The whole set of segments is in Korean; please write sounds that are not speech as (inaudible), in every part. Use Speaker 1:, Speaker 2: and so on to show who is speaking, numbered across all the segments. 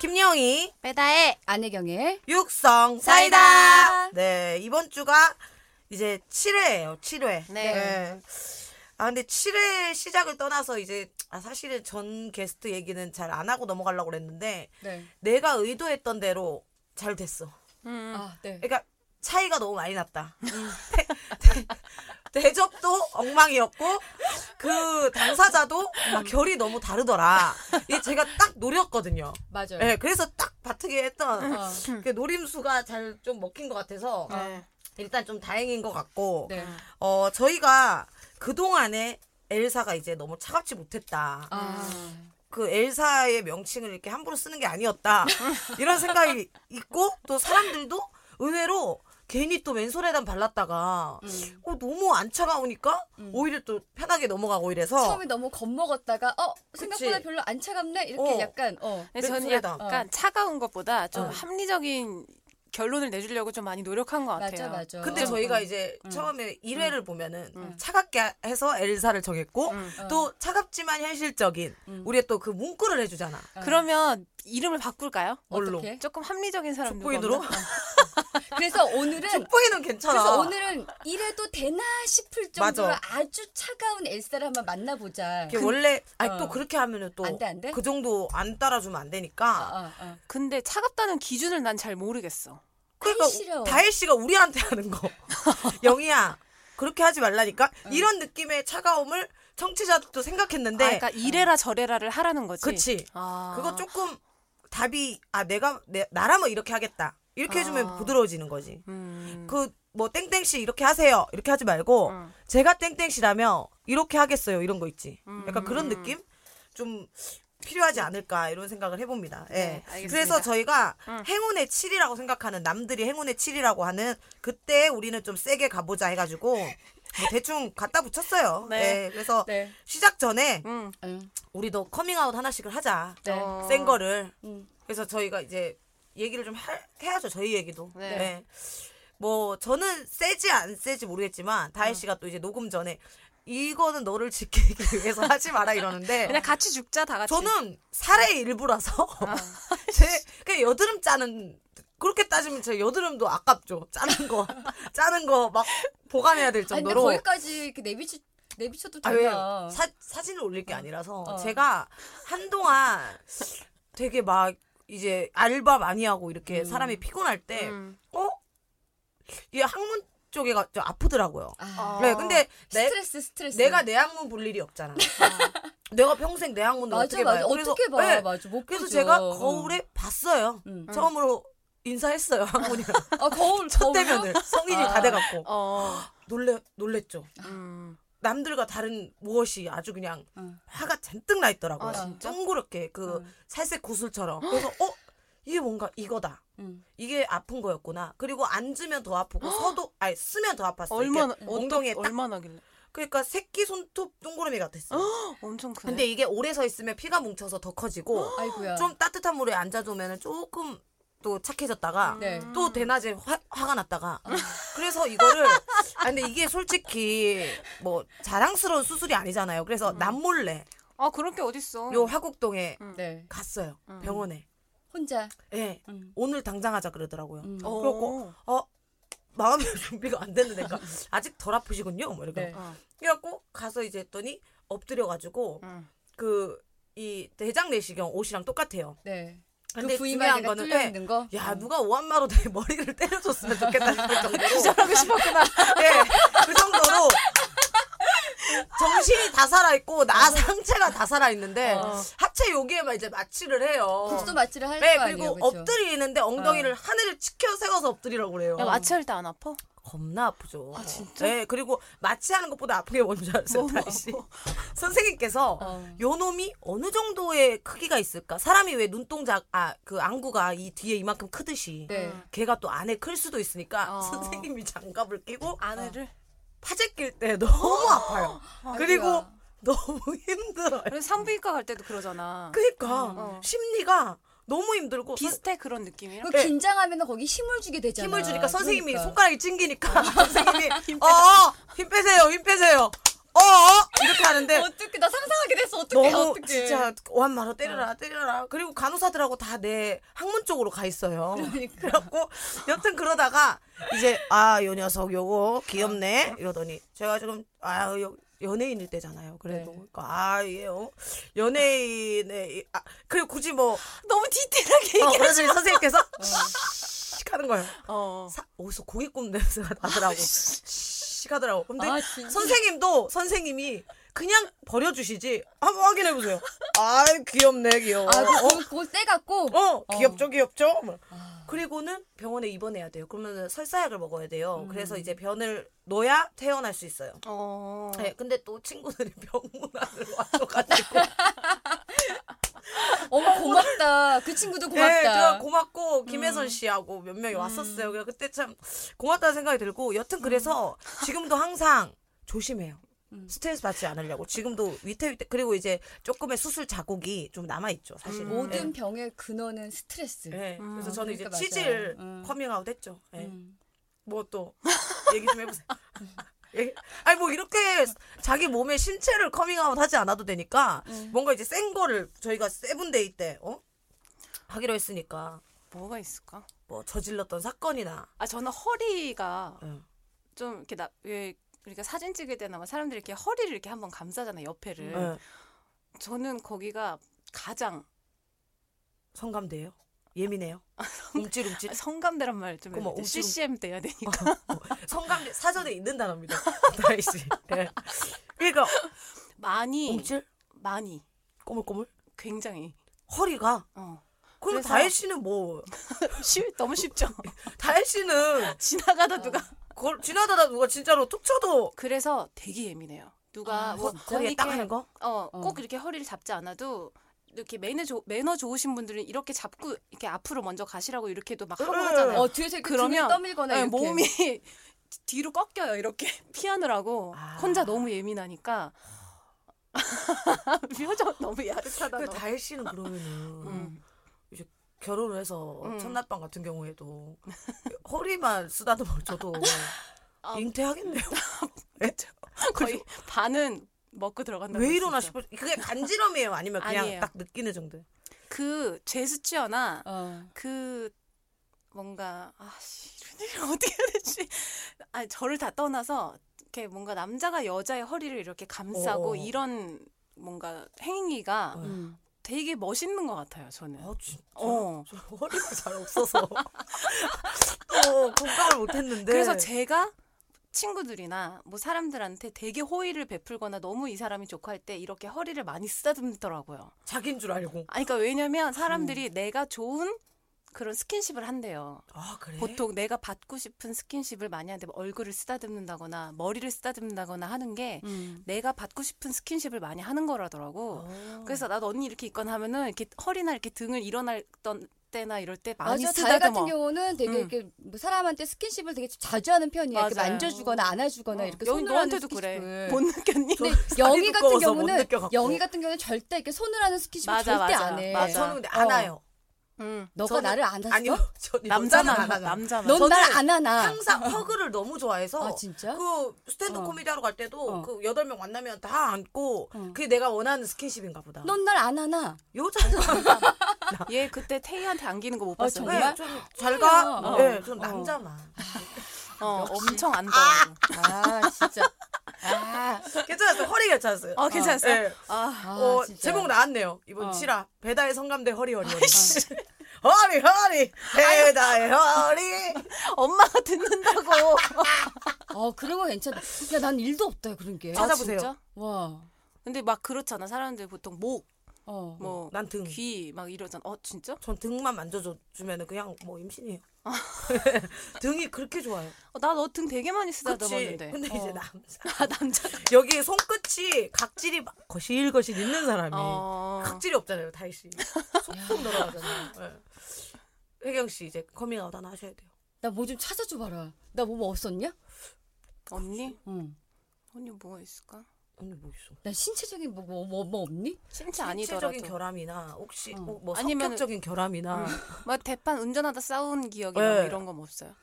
Speaker 1: 신영이
Speaker 2: 빼다의
Speaker 3: 안혜경의
Speaker 1: 육성 사이다.
Speaker 2: 사이다.
Speaker 1: 네, 이번 주가 이제 7회예요. 7회.
Speaker 2: 네.
Speaker 1: 아 근데 7회 시작을 떠나서 이제 아, 사실은 전 게스트 얘기는 잘 안 하고 넘어가려고 그랬는데
Speaker 3: 네.
Speaker 1: 내가 의도했던 대로 잘 됐어.
Speaker 3: 아, 네.
Speaker 1: 그러니까 차이가 너무 많이 났다. 음. (laughs) 대, 접도 엉망이었고 그 당사자도 아, 결이 너무 다르더라. 이 제가 딱 노렸거든요.
Speaker 3: 맞아요.
Speaker 1: 네, 그래서 딱 바트게 했던
Speaker 3: 아,
Speaker 1: 그 노림수가 잘 좀 먹힌 것 같아서 일단 좀 다행인 것 같고
Speaker 3: 네.
Speaker 1: 어 저희가 그 동안에 엘사가 이제 너무 차갑지 못했다.
Speaker 3: 아,
Speaker 1: 그 엘사의 명칭을 이렇게 함부로 쓰는 게
Speaker 3: (laughs)
Speaker 1: 아니었다. 이런 생각이 있고 또 사람들도 의외로 괜히 또 맨손에다 발랐다가
Speaker 3: 음.
Speaker 1: 어, 너무 안 차가우니까 오히려 또 편하게 넘어가고 이래서
Speaker 3: 처음에 너무 겁먹었다가 어 생각보다
Speaker 1: 그치.
Speaker 3: 별로 안 차갑네 이렇게
Speaker 1: 어.
Speaker 3: 약간 어.
Speaker 4: 근데 저는
Speaker 1: 맥주에다.
Speaker 4: 약간 차가운 것보다 좀
Speaker 1: 어.
Speaker 4: 합리적인 결론을 내주려고 좀 많이 노력한 것
Speaker 3: 맞아
Speaker 4: 같아요.
Speaker 3: 맞아.
Speaker 1: 근데
Speaker 3: 어.
Speaker 1: 저희가 이제 처음에 1회를 보면은
Speaker 3: 음.
Speaker 1: 차갑게 해서 엘사를 정했고
Speaker 4: 음.
Speaker 1: 또 차갑지만 현실적인
Speaker 3: 음.
Speaker 1: 우리의 또 그 문구를 해주잖아.
Speaker 4: 그러면 이름을 바꿀까요?
Speaker 1: 뭘로?
Speaker 3: 어떻게?
Speaker 4: 조금 합리적인 사람 누구
Speaker 1: 족보인으로?
Speaker 4: 없나?
Speaker 3: (laughs) 그래서
Speaker 1: (laughs)
Speaker 3: 오늘은
Speaker 1: 족보이는 괜찮아.
Speaker 3: 그래서 오늘은 이래도 되나 싶을 정도로
Speaker 1: 맞아. 그
Speaker 3: 아주 차가운 엘사를 한번 만나보자.
Speaker 1: 이게 원래 아니
Speaker 3: 어.
Speaker 1: 또 그렇게 하면은 또
Speaker 3: 안 돼, 안 돼?
Speaker 1: 그 정도 안 따라주면 안
Speaker 3: 어,
Speaker 1: 되니까.
Speaker 3: 어, 어.
Speaker 4: 근데 차갑다는 기준을 난 잘 모르겠어.
Speaker 1: 그러니까
Speaker 3: 아이, 싫어.
Speaker 1: 다혜 씨가 우리한테 하는
Speaker 4: (laughs)
Speaker 1: 거. 영희야 그렇게 하지 말라니까. 이런 느낌의 차가움을 청취자도 생각했는데
Speaker 4: 아, 그러니까 이래라 저래라를 하라는 거지.
Speaker 1: 그치.
Speaker 4: 아.
Speaker 1: 그거 조금 답이 아 내가 내, 나라면 이렇게 하겠다. 이렇게 해주면
Speaker 4: 아.
Speaker 1: 부드러워지는 거지.
Speaker 4: 음.
Speaker 1: 그 뭐 땡땡 씨 이렇게 하세요 이렇게 하지 말고
Speaker 4: 음.
Speaker 1: 제가 땡땡 씨라면 이렇게 하겠어요 이런 거 있지
Speaker 4: 음.
Speaker 1: 약간 그런 느낌 좀 필요하지 않을까 이런 생각을 해봅니다. 예.
Speaker 4: 네, 알겠습니다.
Speaker 1: 그래서 저희가 행운의 7이라고 생각하는 남들이 행운의 7이라고 하는 그때 우리는 좀 세게 가보자 해가지고 뭐 대충 갖다 붙였어요.
Speaker 4: 네.
Speaker 1: 예, 그래서
Speaker 3: 네.
Speaker 1: 시작 전에
Speaker 4: 음.
Speaker 3: 응.
Speaker 1: 우리도 커밍아웃 하나씩을 하자.
Speaker 3: 네.
Speaker 4: 어.
Speaker 1: 센 거를.
Speaker 3: 음.
Speaker 1: 그래서 저희가 이제 얘기를 좀 할- 해야죠. 저희 얘기도.
Speaker 4: 네.
Speaker 1: 네. 뭐 저는 세지 안 세지 모르겠지만 다혜 씨가 또 이제 녹음 전에 이거는 너를 지키기 위해서 하지 마라 이러는데
Speaker 4: (laughs) 그냥 같이 죽자 다 같이.
Speaker 1: 저는 살의 일부라서 (laughs) 제 그냥 여드름 짜는 그렇게 따지면 제 여드름도 아깝죠. 짜는 거 짜는 거 막 보관해야 될
Speaker 3: 아니, 근데
Speaker 1: 정도로
Speaker 3: 거기까지 이렇게 내비치 내비쳐도
Speaker 1: 아, 왜?
Speaker 3: 되나?
Speaker 1: 사, 사진을 올릴 게 아니라서
Speaker 3: 어.
Speaker 1: 제가 한동안 되게 막 이제 알바 많이 하고
Speaker 3: 음.
Speaker 1: 이렇게 사람이 피곤할 때
Speaker 4: 음.
Speaker 1: 어? 이 항문 쪽에 가, 좀 아프더라고요.
Speaker 3: 아,
Speaker 4: 어.
Speaker 1: 네, 근데 내,
Speaker 3: 스트레스 스트레스.
Speaker 1: 내가 내 항문 볼 일이 없잖아. (laughs) 내가 평생 내 항문을
Speaker 3: 맞아
Speaker 1: 어떻게
Speaker 3: 맞아
Speaker 1: 봐요?
Speaker 3: 어떻게 봐
Speaker 1: 네,
Speaker 3: 맞아 못
Speaker 1: 그래서
Speaker 3: 보죠.
Speaker 1: 제가
Speaker 3: 어.
Speaker 1: 거울에 봤어요.
Speaker 3: 음.
Speaker 1: 처음으로 인사했어요.
Speaker 3: (laughs)
Speaker 1: 항문이랑
Speaker 3: 아
Speaker 1: (laughs)
Speaker 3: 거울
Speaker 1: 첫
Speaker 3: 거울로?
Speaker 1: 대면을 성인이
Speaker 3: 아.
Speaker 1: 다 돼갖고
Speaker 4: 어.
Speaker 1: 놀래 놀랬죠.
Speaker 4: 음.
Speaker 1: 남들과 다른 무엇이 아주 그냥
Speaker 3: 응.
Speaker 1: 화가 잔뜩 나 있더라고요.
Speaker 4: 아, 진짜?
Speaker 1: 동그랗게 그 살색
Speaker 4: (gasps)
Speaker 1: 구슬처럼. 그래서 어 이게 뭔가 이거다.
Speaker 3: 응.
Speaker 1: 이게 아픈 거였구나. 그리고 앉으면 더
Speaker 4: (gasps)
Speaker 1: 아프고 서도 아니 쓰면 더 아팠어.
Speaker 4: 얼마나
Speaker 1: 이렇게 엉덩이에
Speaker 4: 어떡-
Speaker 1: 딱
Speaker 4: 얼마나길래?
Speaker 1: 그러니까 새끼 손톱 동그라미 같았어.
Speaker 4: (gasps)
Speaker 1: 요
Speaker 4: 헉, 엄청 크네.
Speaker 1: 근데 이게 오래 서 있으면 피가 뭉쳐서 더
Speaker 4: (gasps)
Speaker 1: 커지고
Speaker 3: 아이고야.
Speaker 1: 좀 따뜻한 물에 앉아두면 조금 또 착해졌다가
Speaker 3: 네.
Speaker 1: 또 대낮에 화, 화가 났다가
Speaker 3: 음.
Speaker 1: 그래서 이거를 아 근데 이게 솔직히 뭐 자랑스러운 수술이 아니잖아요. 그래서
Speaker 3: 음.
Speaker 1: 남몰래
Speaker 4: 아 그런 게 어딨어?
Speaker 1: 요 화곡동에
Speaker 3: 네.
Speaker 1: 갔어요 병원에.
Speaker 3: 혼자.
Speaker 1: 예.
Speaker 3: 음.
Speaker 1: 오늘 당장 하자 그러더라고요.
Speaker 3: 음.
Speaker 4: 어.
Speaker 1: 그렇고 어 마음의 (laughs) 준비가 안 됐는데 그러니까 아직 덜 아프시군요. 뭐 이렇게.
Speaker 3: 네.
Speaker 4: 어.
Speaker 1: 그래갖고 가서 이제 했더니 엎드려가지고
Speaker 4: 음.
Speaker 1: 그 이 대장 내시경 옷이랑 똑같아요.
Speaker 3: 네.
Speaker 1: 근데
Speaker 3: 그
Speaker 1: 중요한
Speaker 3: 부위만 내가
Speaker 1: 거는
Speaker 3: 뚫려
Speaker 1: 예,
Speaker 3: 있는 거.
Speaker 1: 야
Speaker 3: 어.
Speaker 1: 누가 오한마로 내 (laughs) 머리를 때려줬으면
Speaker 3: (laughs)
Speaker 1: 좋겠다 싶을 정도로
Speaker 4: 하고 싶었구나.
Speaker 1: 예, 그 정도로 정신이 다 살아있고 나 상체가 다 살아있는데
Speaker 3: 어.
Speaker 1: 하체 여기에만 이제 마취를 해요.
Speaker 3: 국수 마취를 할 거
Speaker 1: 네,
Speaker 3: 아니에요.
Speaker 1: 그리고
Speaker 3: 그쵸? 어.
Speaker 1: 엎드리는데 엉덩이를 하늘을 치켜 세워서 엎드리라고 그래요.
Speaker 4: 야 마취 할때 안 아파?
Speaker 1: 겁나 아프죠.
Speaker 4: 아, 진짜?
Speaker 1: 네, 그리고 마취하는 것보다 아픈 게 뭔지 아세요,
Speaker 4: 너무
Speaker 1: 다이 씨? (laughs) 선생님께서
Speaker 3: 어.
Speaker 1: 요 놈이 어느 정도의 크기가 있을까? 사람이 왜 눈동자, 아, 그 안구가 이 뒤에 이만큼 크듯이.
Speaker 3: 네.
Speaker 1: 걔가 또 안에 클 수도 있으니까
Speaker 4: 어.
Speaker 1: 선생님이 장갑을 끼고
Speaker 4: 아내를?
Speaker 1: 파재 낄 때 너무 아파요. 그리고
Speaker 3: 아이고야.
Speaker 1: 너무 (laughs) 힘들어요.
Speaker 4: 그래서 산부인과 갈 때도 그러잖아.
Speaker 1: 그러니까
Speaker 4: 어.
Speaker 1: 심리가 너무 힘들고
Speaker 4: 비슷해 그런 느낌이랑.
Speaker 3: 그
Speaker 1: 네.
Speaker 3: 긴장하면 거기 힘을 주게 되잖아.
Speaker 1: 힘을 주니까 어, 선생님이
Speaker 3: 그러니까.
Speaker 1: 손가락이 찡기니까 선생님이 어힘 빼세요 힘 빼세요. 어, 어 이렇게 하는데
Speaker 3: 어떻게 나 상상하게 됐어. 어떻게
Speaker 1: 너무
Speaker 3: 어떻게.
Speaker 1: 진짜 완마로
Speaker 3: 어.
Speaker 1: 때려라 때려라 그리고 간호사들하고 다 내 학문 쪽으로 가 있어요
Speaker 3: 그러니까.
Speaker 1: 그래갖고 여튼 그러다가 이제 아 요 녀석 요거 귀엽네 이러더니 제가 지금 아 요- 연예인일 때잖아요 그래도
Speaker 3: 네.
Speaker 1: 그러니까 아 예, 요 연예인의 이- 아 그리고 굳이 뭐
Speaker 4: 너무 디테일하게
Speaker 1: 어,
Speaker 4: 얘기해.
Speaker 1: 그러더니 선생님께서 씩 하는 거예요
Speaker 4: (laughs) 어.
Speaker 1: 사, 어디서 고기꿈 냄새가 나더라고 씩 하더라고 근데
Speaker 3: 아, 진짜.
Speaker 1: 선생님도 선생님이 그냥 버려주시지 한번 확인해 보세요. 아 귀엽네 귀여워.
Speaker 3: 아, 그거, 그거 세 갖고.
Speaker 1: 어 귀엽죠 귀엽죠. 뭐.
Speaker 3: 아,
Speaker 1: 그리고는 병원에 입원해야 돼요. 그러면 설사약을 먹어야 돼요.
Speaker 3: 음.
Speaker 1: 그래서 이제 변을 넣어야 태어날 수 있어요.
Speaker 3: 아.
Speaker 4: 어.
Speaker 1: 네, 근데 또 친구들이 병문안을 (laughs) 와줘가지고
Speaker 3: 어머 고맙다. 그 친구도
Speaker 1: 네,
Speaker 3: 고맙다. 음.
Speaker 1: 그래서 고맙고 김혜선 씨하고 몇 명이 왔었어요. 그래서 그때 참 고맙다는 생각이 들고 여튼 그래서 지금도 항상 조심해요.
Speaker 3: 음.
Speaker 1: 스트레스 받지 않으려고 지금도 위태위태 그리고 이제 조금의 수술 자국이 좀 남아 있죠 사실은
Speaker 3: 음. 모든 병의 근원은 스트레스.
Speaker 1: 네. 네.
Speaker 4: 음.
Speaker 1: 그래서 저는
Speaker 3: 그러니까
Speaker 1: 이제 치질
Speaker 3: 맞아요. 음.
Speaker 1: 커밍아웃 했죠 네.
Speaker 3: 음.
Speaker 1: 뭐 또 얘기 좀
Speaker 3: (laughs)
Speaker 1: 해보세요 얘기- 아니 뭐 이렇게 자기 몸의 신체를 커밍아웃 하지 않아도 되니까
Speaker 3: 음.
Speaker 1: 뭔가 이제 센 거를 저희가 세븐데이 때 어? 하기로 했으니까
Speaker 4: 뭐가 있을까?
Speaker 1: 뭐 저질렀던 사건이나 어,
Speaker 4: 아 저는 허리가
Speaker 1: 응.
Speaker 4: 좀 이렇게 나왜 우리가 사진 찍을 때나 막 사람들이 이렇게 허리를 이렇게 한번 감싸잖아 옆에를.
Speaker 1: 예.
Speaker 4: 저는 거기가 가장
Speaker 1: 성감대요. 예민해요.
Speaker 4: 아,
Speaker 1: 움찔움찔.
Speaker 4: 성감대란 말좀
Speaker 1: 그럼 뭐 움찔-
Speaker 4: CCM 때 해야 되니까.
Speaker 1: 성감대 사전에 있는
Speaker 4: (laughs)
Speaker 1: 단어입니다. 다혜 씨. 예. 그러니까
Speaker 4: 많이
Speaker 1: 움찔,
Speaker 4: 많이
Speaker 1: 꼬물꼬물,
Speaker 4: 굉장히
Speaker 1: 허리가.
Speaker 4: (laughs) 어.
Speaker 1: 그럼
Speaker 4: 그래서-
Speaker 1: 다혜 씨는 뭐?
Speaker 4: 쉬, 너무 쉽죠.
Speaker 1: 다혜 씨는
Speaker 4: (laughs) 지나가다 누가
Speaker 1: 걸, 지나다가 누가 진짜로 툭 쳐도
Speaker 4: 그래서 되게 예민해요. 누가
Speaker 3: 아,
Speaker 4: 뭐
Speaker 3: 진짜?
Speaker 1: 거리에 딱 하는
Speaker 4: 이렇게-
Speaker 1: 거?
Speaker 4: 어,
Speaker 3: 어.
Speaker 4: 꼭 이렇게 허리를 잡지 않아도 이렇게 매너 좋 매너 좋으신 분들은 이렇게 잡고 이렇게 앞으로 먼저 가시라고 이렇게도 막 하고
Speaker 1: 응.
Speaker 4: 하잖아요.
Speaker 3: 어 뒤에서 이렇게 등을
Speaker 4: 그러면-
Speaker 3: 떠밀거나
Speaker 4: 네,
Speaker 3: 이렇게.
Speaker 4: 몸이 (laughs) 뒤로 꺾여요. 이렇게 (laughs) 피하느라고
Speaker 1: 아.
Speaker 4: 혼자 너무 예민하니까 (laughs) 표정 너무 야릇하다.
Speaker 1: 그
Speaker 4: 너.
Speaker 1: 다혜 씨는 그러면은
Speaker 4: 음.
Speaker 1: 결혼을 해서
Speaker 4: 음.
Speaker 1: 첫날밤 같은 경우에도
Speaker 4: (laughs)
Speaker 1: 허리만 쓰다듬어 줘도
Speaker 4: 아.
Speaker 1: 잉태하겠네요.
Speaker 4: 거의 반은 먹고 들어간다.
Speaker 1: 왜 이러나 싶을 그게 간지럼이에요, 아니면 그냥
Speaker 4: 아니에요.
Speaker 1: 딱 느끼는 정도.
Speaker 4: 그 제스처나
Speaker 3: 어.
Speaker 4: 그 뭔가 아씨 이런 (laughs) 일을 어떻게 해야 되지? 아 저를 다 떠나서 이렇게 뭔가 남자가 여자의 허리를 이렇게 감싸고
Speaker 1: 어.
Speaker 4: 이런 뭔가 행위가
Speaker 1: 어.
Speaker 3: 음.
Speaker 4: 되게 멋있는 것 같아요. 저는.
Speaker 1: 아 진짜
Speaker 4: 어.
Speaker 1: 저 허리가 잘 없어서 (laughs) 또 공감을 못했는데
Speaker 4: 그래서 제가 친구들이나 뭐 사람들한테 되게 호의를 베풀거나 너무 이 사람이 좋고 할 때 이렇게 허리를 많이 쓰다듬더라고요.
Speaker 1: 자기인 줄 알고
Speaker 4: 아니 그러니까 왜냐면
Speaker 1: 음.
Speaker 4: 사람들이 내가 좋은 그런 스킨십을 한대요.
Speaker 1: 아
Speaker 3: 네.
Speaker 1: 그래
Speaker 4: 보통 내가 받고 싶은 스킨십을 많이 하는데 뭐 얼굴을 쓰다듬는다거나 머리를 쓰다듬는다거나 하는 게
Speaker 3: 음.
Speaker 4: 내가 받고 싶은 스킨십을 많이 하는 거라더라고.
Speaker 1: 어.
Speaker 3: 아.
Speaker 4: 그래서 나도 언니 이렇게 있거나 하면은 이렇게 허리나 이렇게 등을 일어났던 때나 이럴 때 많이
Speaker 3: 맞아, 다혜
Speaker 4: 쓰다듬어.
Speaker 3: 같은 경우는 되게
Speaker 4: 음.
Speaker 3: 이렇게 뭐 사람한테 스킨십을 되게 자주 하는 편이야. 이렇게
Speaker 4: 맞아요.
Speaker 3: 만져주거나 안아주거나
Speaker 4: 어,
Speaker 3: 이렇게
Speaker 4: 영희
Speaker 3: 손으로 하는
Speaker 4: 너한테도
Speaker 3: 스킨십을.
Speaker 4: 그래. 못 느꼈니?
Speaker 1: 저 살이
Speaker 3: 영희 같은
Speaker 1: 두꺼워서 못
Speaker 3: 경우는
Speaker 1: 느껴갖고.
Speaker 3: 영희 같은 경우는 절대 이렇게 손으로 하는 스킨십을
Speaker 4: 맞아,
Speaker 3: 절대
Speaker 4: 맞아,
Speaker 3: 안 해.
Speaker 1: 아,
Speaker 4: 맞아.
Speaker 1: 저는 근데
Speaker 3: 어.
Speaker 1: 안 와요
Speaker 4: 응.
Speaker 3: 너가
Speaker 1: 저는-
Speaker 3: 나를 안
Speaker 1: 아니요 (laughs)
Speaker 3: 샀어?
Speaker 1: 저
Speaker 4: 남자나
Speaker 1: 안 하잖아.
Speaker 4: 남자나.
Speaker 3: 넌 날
Speaker 1: 저는
Speaker 3: 안 하나?
Speaker 1: 항상 허그를 너무 어. 좋아해서
Speaker 3: 아 진짜?
Speaker 1: 그 스탠드
Speaker 3: 어.
Speaker 1: 코미디 하러 갈 때도
Speaker 3: 어.
Speaker 1: 그 여덟 명 만나면 다 안고
Speaker 3: 어.
Speaker 1: 그게 내가 원하는 스킨십인가 보다
Speaker 3: 넌 날 안 하나?
Speaker 1: 여자만 (laughs)
Speaker 4: 얘 그때 태희한테 안기는 거 못
Speaker 3: 아,
Speaker 4: 봤어.
Speaker 3: 정말?
Speaker 4: 요
Speaker 1: 네, 좀잘가
Speaker 3: 어.
Speaker 1: 네, 좀
Speaker 3: 어.
Speaker 1: 남자만
Speaker 4: 어, 엄청 안 좋아.
Speaker 3: 아 진짜. 아,
Speaker 1: 괜찮았어요 허리 괜찮았어요
Speaker 4: 아, 괜찮았어요?
Speaker 1: 네.
Speaker 4: 아,
Speaker 3: 아
Speaker 1: 어,
Speaker 3: 진짜.
Speaker 1: 제목 나왔네요. 이번
Speaker 3: 어.
Speaker 1: 칠 7화. 배다의 성감대
Speaker 4: (laughs)
Speaker 1: 허리 허리. 허리. 허리 허리. 배다의 허리.
Speaker 4: 엄마가 듣는다고.
Speaker 3: 아, 어 그런 거 괜찮다. 야 난 일도 없다 그런 게.
Speaker 1: 아, 찾아보세요.
Speaker 4: 진짜?
Speaker 3: 와.
Speaker 4: 근데 막 그렇잖아. 사람들 보통 목,
Speaker 3: 어.
Speaker 4: 뭐,
Speaker 1: 난 등.
Speaker 4: 귀 막 이러잖아. 어, 진짜?
Speaker 1: 전 등만 만져주면 그냥 뭐 임신이에요.
Speaker 4: 아.
Speaker 1: (laughs) 등이 그렇게 좋아요.
Speaker 4: 어, 나너 등 되게 많이
Speaker 1: 그치.
Speaker 4: 쓰다듬었는데.
Speaker 1: 근데 이제
Speaker 3: 어.
Speaker 1: 남자. 음.
Speaker 4: 아, 남자.
Speaker 1: 여기 손끝이 각질이 막 거실거실 있는 사람이.
Speaker 4: 어.
Speaker 1: 각질이 없잖아요, 다이 씨. 속속 늘어가잖아요. 예. 혜경 씨 이제 커밍아웃 하나 하셔야 돼요.
Speaker 3: 나 뭐 좀 찾아줘 봐라. 나 뭐 뭐 없었냐?
Speaker 4: 언니?
Speaker 3: 응.
Speaker 4: 언니 뭐가 있을까?
Speaker 1: 언니 뭐 있어?
Speaker 3: 나 신체적인 뭐 뭐 뭐 없니?
Speaker 4: 신체
Speaker 1: 신체적인
Speaker 4: 아니더라도.
Speaker 1: 결함이나 혹시
Speaker 3: 어.
Speaker 1: 뭐, 뭐
Speaker 4: 아니면은- 음.
Speaker 1: 성격적인 결함이나
Speaker 4: 막뭐 대판 운전하다 싸운 기억이나
Speaker 1: 네.
Speaker 4: 뭐 이런 건 없어요.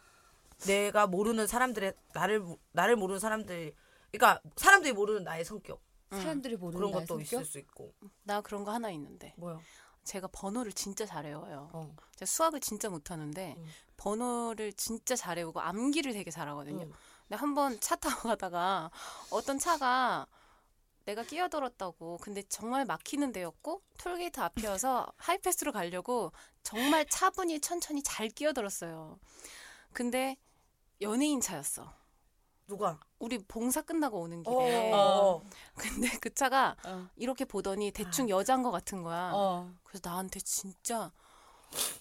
Speaker 1: 내가 모르는 사람들의 나를 나를 모르는 사람들의 그러니까 사람들이 모르는 나의 성격
Speaker 4: 음.
Speaker 3: 사람들이 모르는
Speaker 1: 그런
Speaker 3: 나의
Speaker 1: 것도
Speaker 3: 성격?
Speaker 1: 있을 수 있고
Speaker 4: 나 그런 거 하나 있는데
Speaker 1: 뭐야?
Speaker 4: 제가 번호를 진짜 잘 외워요.
Speaker 1: 어.
Speaker 4: 제가 수학을 진짜 못하는데
Speaker 1: 음.
Speaker 4: 번호를 진짜 잘 외우고 암기를 되게 잘하거든요.
Speaker 1: 음.
Speaker 4: 근데 한 번 차 타고 (laughs) 가다가 어떤 차가 내가 끼어들었다고 근데 정말 막히는 데였고 톨게이트 앞이어서 하이패스로 가려고 정말 차분히 천천히 잘 끼어들었어요. 근데 연예인 차였어.
Speaker 1: 누가?
Speaker 4: 우리 봉사 끝나고 오는
Speaker 1: 어.
Speaker 4: 길에
Speaker 1: 어.
Speaker 4: 근데 그 차가
Speaker 3: 어.
Speaker 4: 이렇게 보더니 대충 여자인 것 같은 거야.
Speaker 3: 어.
Speaker 4: 그래서 나한테 진짜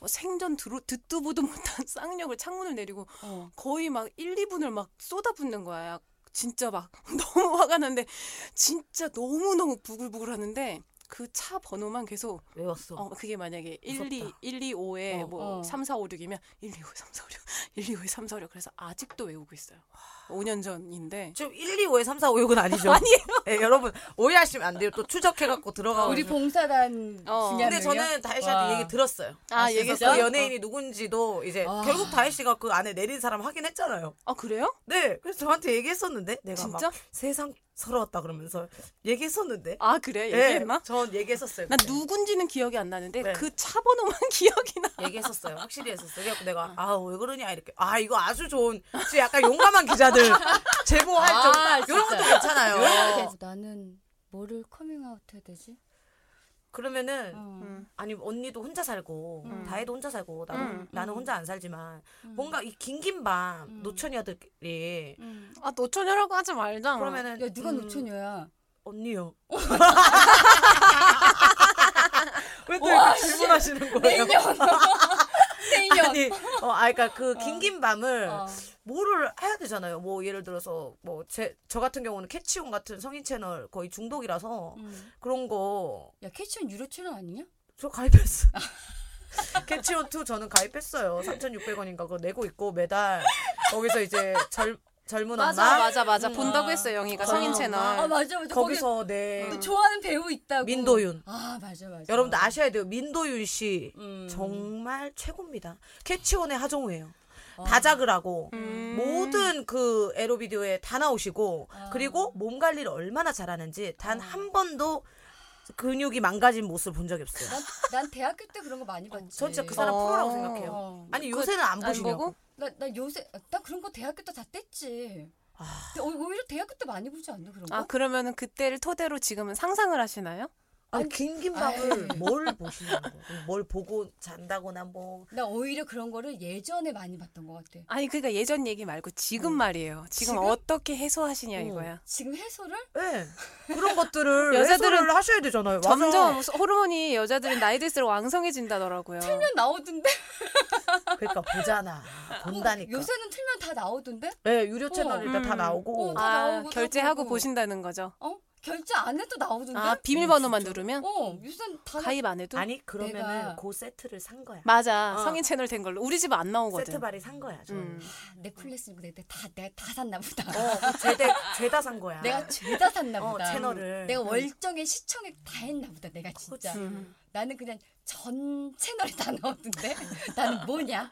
Speaker 4: 어, 생전 들어, 듣도 보도 못한 (laughs) 쌍욕을 창문을 내리고
Speaker 3: 어.
Speaker 4: 거의 막 1, 2분을 막 쏟아붓는 거야. 진짜 막 (laughs) 너무 화가 나는데 진짜 너무너무 부글부글 하는데 그 차 번호만 계속
Speaker 1: 외웠어.
Speaker 4: 어 그게 만약에 1, 2,
Speaker 1: 무섭다.
Speaker 4: 1, 2, 5에
Speaker 1: 어,
Speaker 4: 뭐
Speaker 3: 어.
Speaker 4: 3, 4, 5, 6이면 1, 2, 5, 3, 4, 5, 6 (laughs) 1, 2, 5, 3, 4, 5, 6 그래서 아직도 외우고 있어요. 5년 전인데
Speaker 1: 지금 1, 2, 5에 3, 4, 5, 6은 아니죠? 아니에요. 여러분 오해하시면 안 돼요. 또 추적해갖고 들어가고. 네.
Speaker 3: 우리 봉사단
Speaker 4: 어.
Speaker 3: 중요한
Speaker 1: 근데
Speaker 3: 의미야?
Speaker 1: 저는 다혜 씨한테
Speaker 3: 와.
Speaker 1: 얘기 들었어요.
Speaker 4: 아,
Speaker 1: 그래서
Speaker 4: 얘기했어요?
Speaker 1: 그 연예인이 누군지도 이제
Speaker 3: 아.
Speaker 1: 결국 다혜 씨가 그 안에 내린 사람 확인했잖아요.
Speaker 4: 아 그래요?
Speaker 1: 네, 그래서 저한테 얘기했었는데 내가
Speaker 4: 진짜?
Speaker 1: 막 세상 서러웠다 그러면서 얘기했었는데.
Speaker 4: 아 그래? 얘기했나?
Speaker 1: 네, 전 얘기했었어요.
Speaker 4: 나
Speaker 1: 그때.
Speaker 4: 누군지는 기억이 안 나는데
Speaker 1: 네.
Speaker 4: 그 차 번호만 (laughs) 기억이 나.
Speaker 1: 얘기했었어요. 확실히 했었어요. 그래갖고 내가 아 왜 그러냐 이렇게 아 이거 아주 좋은 진짜 약간 용감한 기자들 제보할
Speaker 3: 아,
Speaker 1: 정
Speaker 3: 진짜.
Speaker 1: 이런 것도 괜찮아요.
Speaker 3: 어, 나는 뭐를 커밍아웃 해야 되지?
Speaker 1: 그러면은
Speaker 3: 어.
Speaker 4: 음.
Speaker 1: 아니 언니도 혼자 살고
Speaker 4: 음.
Speaker 1: 다혜도 혼자 살고 나도
Speaker 4: 음.
Speaker 1: 나는
Speaker 3: 음.
Speaker 1: 혼자 안 살지만
Speaker 3: 음.
Speaker 1: 뭔가 이 긴긴 밤
Speaker 3: 음.
Speaker 1: 노처녀들이
Speaker 3: 음.
Speaker 4: 아 노처녀라고 하지 말자.
Speaker 1: 그러면은
Speaker 3: 야 누가
Speaker 1: 음,
Speaker 3: 노처녀야?
Speaker 1: 언니요. 왜 또 이렇게 질문하시는 거예요?
Speaker 3: 생년 생년
Speaker 1: 아니, 어, 아, 그러니까 그 긴긴 밤을
Speaker 3: 어.
Speaker 1: 뭐를 해야 되잖아요. 뭐 예를 들어서 뭐 제 저 같은 경우는 캐치온 같은 성인 채널 거의 중독이라서
Speaker 3: 음.
Speaker 1: 그런 거 저
Speaker 3: 야 캐치는 유료 채널 아니냐?
Speaker 1: 가입했어. (laughs) 캐치온 2 저는 가입했어요. 3,600원인가 그거 내고 있고 매달 거기서 이제 젊 젊은
Speaker 4: 맞아
Speaker 1: 엄마
Speaker 4: 맞아 맞아
Speaker 3: 음.
Speaker 4: 본다고
Speaker 3: 아.
Speaker 4: 했어요 영희가
Speaker 1: 아.
Speaker 4: 성인
Speaker 3: 아
Speaker 4: 채널.
Speaker 3: 맞아 맞아 거기
Speaker 1: 거기서 내
Speaker 3: 또 좋아하는 배우 있다고
Speaker 1: 민도윤.
Speaker 3: 아 맞아 맞아
Speaker 1: 여러분들 아셔야 돼요. 민도윤 씨
Speaker 3: 음.
Speaker 1: 정말 최고입니다. 캐치온의 하정우예요.
Speaker 3: 어.
Speaker 1: 다작을 하고
Speaker 4: 음.
Speaker 1: 모든 그 에로 비디오에 다 나오시고
Speaker 3: 아.
Speaker 1: 그리고 몸 관리를 얼마나 잘하는지 단
Speaker 3: 아.
Speaker 1: 한 번도 근육이 망가진 모습을 본 적이 없어요.
Speaker 3: 난, 난 대학교 때 그런 거 많이 봤지
Speaker 1: 전 진짜 그 사람
Speaker 4: 어.
Speaker 1: 프로라고 생각해요.
Speaker 3: 어.
Speaker 1: 아니 요새는 안
Speaker 4: 안
Speaker 1: 보시냐고.
Speaker 4: 보고?
Speaker 3: 나, 나 요새 나 그런 거 대학교 때 다 뗐지 근데 오- 오히려 대학교 때 많이 보지 않나 그런 거?
Speaker 1: 어?
Speaker 4: 아 그러면은 그때를 토대로 지금은 상상을 하시나요?
Speaker 1: 아니 긴긴 밤을
Speaker 3: 아이.
Speaker 1: 뭘 보시냐고. 뭘 보고 잔다거나 뭐.
Speaker 3: 나 오히려 그런 거를 예전에 많이 봤던 것 같아
Speaker 4: 아니 그러니까 예전 얘기 말고 지금 말이에요. 지금,
Speaker 3: 지금?
Speaker 4: 어떻게 해소하시냐
Speaker 1: 음.
Speaker 4: 이거야.
Speaker 3: 지금 해소를?
Speaker 1: 예. 그런 것들을
Speaker 4: 여자들은
Speaker 1: 여자들은 하셔야 되잖아요. 맞아.
Speaker 4: 점점 호르몬이 여자들은 나이 들수록 왕성해진다더라고요.
Speaker 3: 틀면 나오던데
Speaker 1: 그러니까 보잖아. 본다니까.
Speaker 3: 어, 요새는 틀면 다 나오던데
Speaker 1: 예, 유료 채널
Speaker 3: 어.
Speaker 1: 일단 다
Speaker 4: 음.
Speaker 1: 나오고.
Speaker 3: 어.
Speaker 4: 아
Speaker 3: 나오고
Speaker 4: 결제하고
Speaker 3: 나오고.
Speaker 4: 보신다는 거죠.
Speaker 3: 어? 결제 안 해도 나오던데
Speaker 4: 아 비밀번호만 누르면
Speaker 3: 어 요새는 다 나-
Speaker 4: 가입 안 해도
Speaker 1: 아니 그러면은
Speaker 3: 내가-
Speaker 1: 그 세트를 산 거야.
Speaker 4: 맞아
Speaker 1: 어.
Speaker 4: 성인 채널 된 걸로 우리 집 안 나오거든.
Speaker 1: 세트 발이 산 거야. 저는.
Speaker 4: 음.
Speaker 3: 넷플릭스고 내가 다 내가 다 샀나 보다.
Speaker 1: 어, 그 죄대 죄다 산 거야.
Speaker 3: (laughs) 내가 죄다 샀나
Speaker 1: 어,
Speaker 3: 보다.
Speaker 1: 채널을.
Speaker 3: 내가 월정에 시청액 다 했나 보다. 내가 진짜.
Speaker 1: 그치.
Speaker 4: 음.
Speaker 3: 나는 그냥 전 채널이 다 나왔던데. 나는 뭐냐?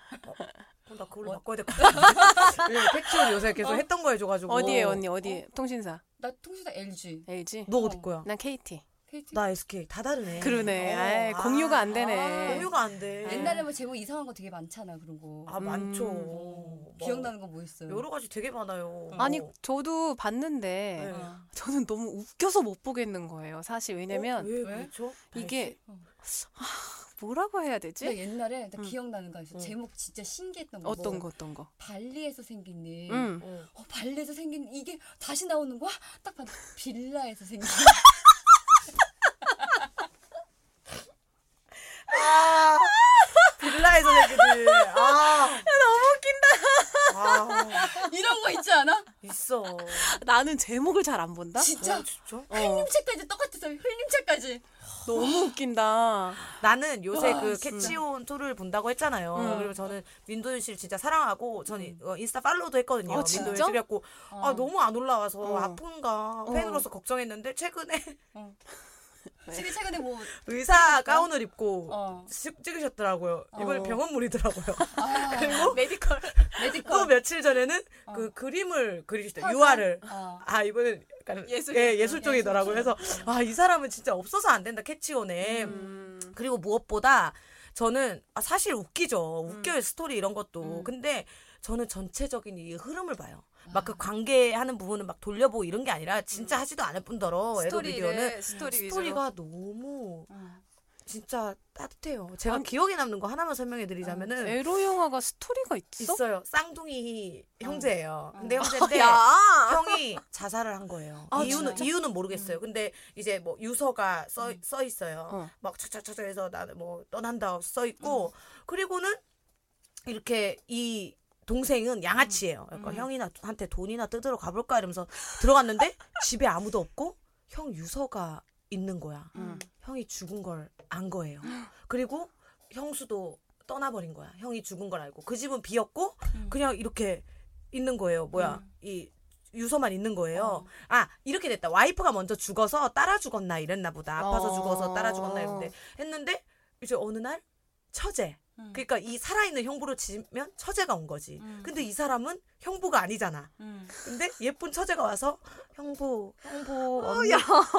Speaker 1: 어, 나 그걸로 바꿔야 될 것 (laughs) 같은데. 예, 택시를 요새 계속 했던 거 해줘가지고.
Speaker 4: 어. 어디에 언니 어디 통신사
Speaker 3: 나 통신사 LG,
Speaker 4: LG
Speaker 1: 너 어디
Speaker 3: 어.
Speaker 1: 거야?
Speaker 4: 난 KT
Speaker 3: KT.
Speaker 1: 나 SK 다 음. 다르네.
Speaker 4: 그러네.
Speaker 1: 어,
Speaker 4: 아이,
Speaker 1: 아,
Speaker 4: 공유가 안 되네.
Speaker 1: 공유가 안 돼.
Speaker 3: 옛날에 뭐 제목 이상한 거 되게 많잖아. 그런 거.
Speaker 1: 아 많죠.
Speaker 4: 음.
Speaker 1: 뭐,
Speaker 3: 기억나는 거 뭐 있어요?
Speaker 1: 여러 가지 되게 많아요.
Speaker 4: 아니
Speaker 1: 뭐.
Speaker 4: 저도
Speaker 1: 네.
Speaker 4: 봤는데
Speaker 3: 어.
Speaker 4: 저는 너무 웃겨서 못 보겠는 거예요. 사실
Speaker 1: 어,
Speaker 4: 왜냐면
Speaker 1: 왜 네,
Speaker 3: 왜?
Speaker 1: 그렇죠?
Speaker 4: 이게 아,
Speaker 3: 어.
Speaker 4: 뭐라고 해야 되지?
Speaker 3: 나 옛날에 나
Speaker 4: 음.
Speaker 3: 기억나는 거 있어.
Speaker 1: 음.
Speaker 3: 제목 진짜 신기했던 거.
Speaker 4: 어떤
Speaker 3: 뭐,
Speaker 4: 거 어떤 거?
Speaker 3: 발리에서 생긴 일.
Speaker 4: 음.
Speaker 1: 어.
Speaker 3: 어, 발리에서 생긴 이게 다시 나오는 거야? 딱 봐도 빌라에서 생긴.
Speaker 1: 아 빌라에서 얘기들.
Speaker 4: (laughs)
Speaker 1: 아 너무 웃긴다. 아
Speaker 3: 이런 거 있지 않아?
Speaker 1: 있어.
Speaker 4: 나는 제목을 잘 안 본다.
Speaker 3: 진짜
Speaker 1: 어, 진짜?
Speaker 3: 흘림체까지 똑같았어. 흘림체까지.
Speaker 4: 너무
Speaker 1: 음.
Speaker 4: 웃긴다.
Speaker 1: 나는 요새
Speaker 3: 와,
Speaker 1: 그
Speaker 3: 진짜.
Speaker 1: 캐치온 2를 본다고 했잖아요.
Speaker 4: 음.
Speaker 1: 그리고 저는 민도윤 씨를 진짜 사랑하고 전 이- 어, 인스타 팔로우도 했거든요.
Speaker 4: 어, 진짜?
Speaker 1: 민도윤 씨를 했고 아
Speaker 3: 어.
Speaker 1: 너무 안 올라와서
Speaker 4: 어.
Speaker 1: 아픈가 팬으로서 걱정했는데 최근에
Speaker 3: 어.
Speaker 4: 네.
Speaker 3: 지금 최근에 뭐
Speaker 1: (laughs) 의사 가운을 입고
Speaker 3: (laughs) 어.
Speaker 1: 쓱 찍으셨더라고요. 이걸
Speaker 4: 어.
Speaker 1: 병원물이더라고요.
Speaker 3: 아,
Speaker 1: 그리고
Speaker 4: 메디컬.
Speaker 1: 또
Speaker 3: 메디컬
Speaker 1: 며칠 전에는
Speaker 3: 어.
Speaker 1: 그 그림을 그리셨대요.
Speaker 3: 화장?
Speaker 1: 유화를.
Speaker 3: 어.
Speaker 1: 아 이번엔 약간
Speaker 4: 예술.
Speaker 1: 예, 예술 쪽이더라고요.
Speaker 3: 예술
Speaker 1: 그래서 아 이 사람은 진짜 없어서 안 된다 캐치원에.
Speaker 4: 음.
Speaker 1: 그리고 무엇보다 저는 아, 사실 웃기죠. 웃겨요
Speaker 4: 음.
Speaker 1: 스토리 이런 것도.
Speaker 3: 음.
Speaker 1: 근데 저는 전체적인 이 흐름을 봐요. 막
Speaker 3: 아.
Speaker 1: 그 관계하는 부분은 막 돌려보고 이런 게 아니라 진짜 하지도 않을 뿐더러 에로 미디어는
Speaker 4: 음. 스토리를 스토리 위주로.
Speaker 1: 스토리가 너무
Speaker 3: 어.
Speaker 1: 진짜 따뜻해요. 제가
Speaker 4: 아.
Speaker 1: 기억에 남는 거 하나만 설명해 드리자면은
Speaker 4: 에로 영화가 스토리가 있어? 아,
Speaker 1: 있어요. 쌍둥이 형제예요.
Speaker 3: 어.
Speaker 1: 근데 형제인데
Speaker 4: 야.
Speaker 1: 형이 자살을 한 거예요.
Speaker 4: 아,
Speaker 1: 이유는
Speaker 4: 진짜?
Speaker 1: 이유는 모르겠어요. 근데 이제 뭐 유서가 써,
Speaker 3: 음.
Speaker 1: 써 있어요.
Speaker 4: 어.
Speaker 1: 막 차차차차 해서 나는 뭐 떠난다 써 있고 그리고는 이렇게 이 동생은 양아치예요. 약간
Speaker 3: 음.
Speaker 1: 형이나 한테 돈이나 뜯으러 가볼까 이러면서 들어갔는데 (laughs) 집에 아무도 없고 형 유서가 있는 거야.
Speaker 4: 음.
Speaker 1: 형이 죽은 걸 안 거예요. 그리고 형수도 떠나버린 거야. 형이 죽은 걸 알고 그 집은 비었고
Speaker 3: 음.
Speaker 1: 그냥 이렇게 있는 거예요. 뭐야
Speaker 3: 음.
Speaker 1: 이 유서만 있는 거예요.
Speaker 3: 어.
Speaker 1: 아 이렇게 됐다. 와이프가 먼저 죽어서 따라 죽었나 이랬나 보다. 아파서
Speaker 4: 어.
Speaker 1: 죽어서 따라 죽었나 했는데 했는데 이제 어느 날 처제.
Speaker 3: 음.
Speaker 1: 그러니까 이 살아있는 형부로 치면 처제가 온 거지.
Speaker 3: 음.
Speaker 1: 근데 이 사람은 형부가 아니잖아.
Speaker 3: 음.
Speaker 1: 근데 예쁜 처제가 와서 형부, 형부
Speaker 4: 어,
Speaker 1: 언니,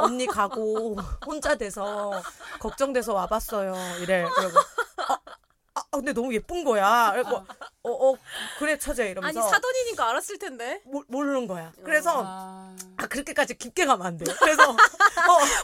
Speaker 1: 언니 가고 혼자 돼서 걱정돼서 와봤어요. 이래. 그러고 아, 아, 근데 너무 예쁜 거야. 그리고 어, 어 그래 처제
Speaker 4: 아니
Speaker 1: 이러면서
Speaker 4: 사돈이니까
Speaker 1: (laughs)
Speaker 4: 알았을 텐데
Speaker 1: 모- 모르는 거야. 그래서
Speaker 3: 아.
Speaker 1: 아 그렇게까지 깊게 가면 안 돼요. 그래서 어,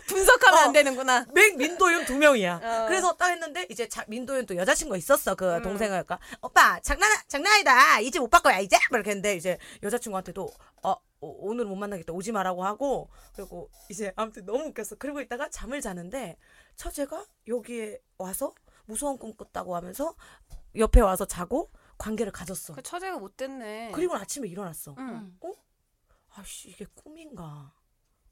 Speaker 4: 분석하면
Speaker 1: 어.
Speaker 4: 안 되는구나.
Speaker 1: 맥 민도윤 두 명이야.
Speaker 4: 어.
Speaker 1: 그래서 딱 했는데 이제 자, 민도윤 또 여자친구 있었어 그
Speaker 4: 음.
Speaker 1: 동생을 그러니까 오빠 장난 장난 아니다 이제 못 바꿔야 이제 막 이렇게 했는데 이제 여자친구한테도 어, 어, 오늘 못 만나겠다 오지 마라고 하고 그리고 이제 아무튼 너무 웃겼어. 그리고 있다가 잠을 자는데 처제가 여기에 와서 무서운 꿈 꿨다고 하면서 옆에 와서 자고 관계를 가졌어.
Speaker 4: 그 처제가 못 됐네.
Speaker 1: 그리고 아침에 일어났어.
Speaker 4: 응.
Speaker 3: 음.
Speaker 1: 아씨 이게 꿈인가?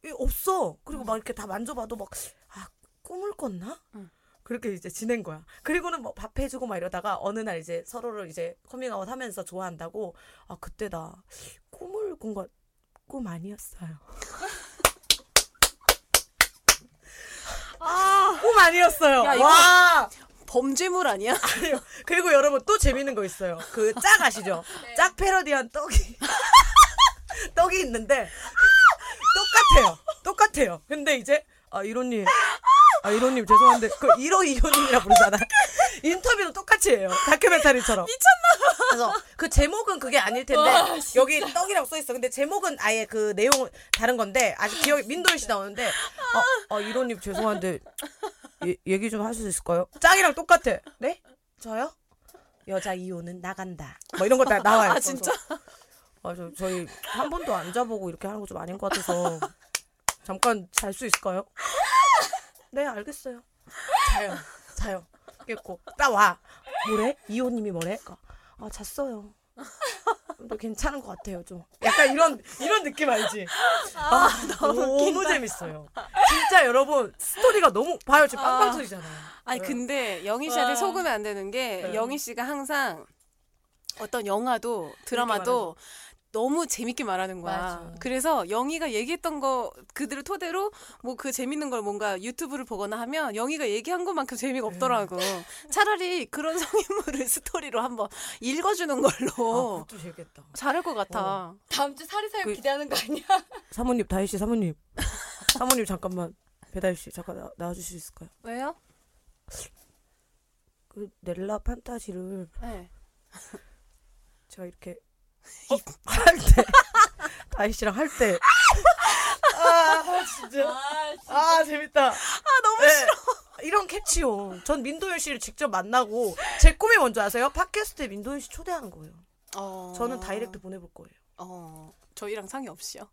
Speaker 1: 이 없어. 그리고 막 이렇게 다 만져봐도 막 아 꿈을 꿨나?
Speaker 4: 응.
Speaker 1: 그렇게 이제 지낸 거야. 그리고는 뭐 밥 해주고 막 이러다가 어느 날 이제 서로를 이제 커밍아웃 하면서 좋아한다고 아 그때 나 꿈을 꾼거꿈 아니었어요.
Speaker 4: (laughs) 아
Speaker 1: 꿈 아니었어요.
Speaker 4: 야, 이거-
Speaker 1: 와
Speaker 4: 범죄물 아니야?
Speaker 1: 아니요. 그리고 여러분 또 재밌는 거 있어요. 그 짝 아시죠? 짝 패러디한 떡이 (laughs) 떡이 있는데 똑같아요. 똑같아요. 근데 이제 아 이론님 아 이론님 죄송한데 그 이로 이호님이라 부르잖아. 인터뷰도 똑같이 해요. 다큐멘터리처럼. 미쳤나 봐. 그래서 그 제목은 그게 아닐 텐데
Speaker 3: 와,
Speaker 1: 여기 떡이라고 써 있어. 근데 제목은 아예 그 내용은 다른 건데 아직 기억이 민도윤 씨 나오는데 아, 아 이론님 죄송한데 예, 얘기 좀 하실 수 있을까요? 짱이랑 똑같아. 네? 저요? 여자 이혼은 나간다. 뭐 이런 거 다 나와요.
Speaker 4: (laughs) 아, 진짜?
Speaker 1: 그래서. 아, 저, 저희 한 번도 안 자보고 이렇게 하는 거 좀 아닌 것 같아서 잠깐 잘 수
Speaker 4: (laughs)
Speaker 1: 있을까요? 네, 알겠어요. 자요. 자요. 깼고 따와. 뭐래? 이호님이 뭐래? 아, 잤어요. 너 괜찮은 것 같아요, 좀. 약간 이런 이런 느낌 알지? 아, 너무, 재밌어요. 진짜 여러분 스토리가 너무 봐요, 지금 빵빵
Speaker 4: 아.
Speaker 1: 소리잖아요.
Speaker 4: 아니
Speaker 1: 네.
Speaker 4: 근데 영희 씨한테
Speaker 3: 와.
Speaker 4: 속으면 안 되는 게
Speaker 1: 네.
Speaker 4: 영희 씨가 항상 어떤 영화도 드라마도 너무 재밌게 말하는 거야.
Speaker 3: 맞아.
Speaker 4: 그래서 영희가 얘기했던 거 그들을 토대로 뭐 그 재밌는 걸 뭔가 유튜브를 보거나 하면 영희가 얘기한 것만큼 재미가
Speaker 1: 네.
Speaker 4: 없더라고. 차라리 그런 (laughs) 성인물을 스토리로 한번 읽어주는
Speaker 1: 아,
Speaker 4: 걸로
Speaker 1: 그것도 재밌겠다.
Speaker 4: 잘할 것 같아.
Speaker 3: 다음 주 사리사욕
Speaker 1: 그-
Speaker 3: 기대하는 거 아니야?
Speaker 1: 사모님 다희 씨 사모님 사모님 잠깐만 배다희 씨 잠깐 나, 나와 주실 수 있을까요?
Speaker 4: 왜요?
Speaker 1: 그 넬라 판타지를
Speaker 4: 네.
Speaker 1: 제가 이렇게 어? 할때 다희 씨랑 할때 아, 진짜
Speaker 3: 아, 진짜.
Speaker 1: 아 재밌다 아 너무 싫어 이런 캐치요 전 민도현 씨를 직접 만나고 제 꿈이 뭔지 아세요? 팟캐스트에 민도현 씨 초대하는 거예요
Speaker 4: 어.
Speaker 1: 저는 다이렉트 보내볼 거예요
Speaker 4: 어. 저희랑 상의 없이요.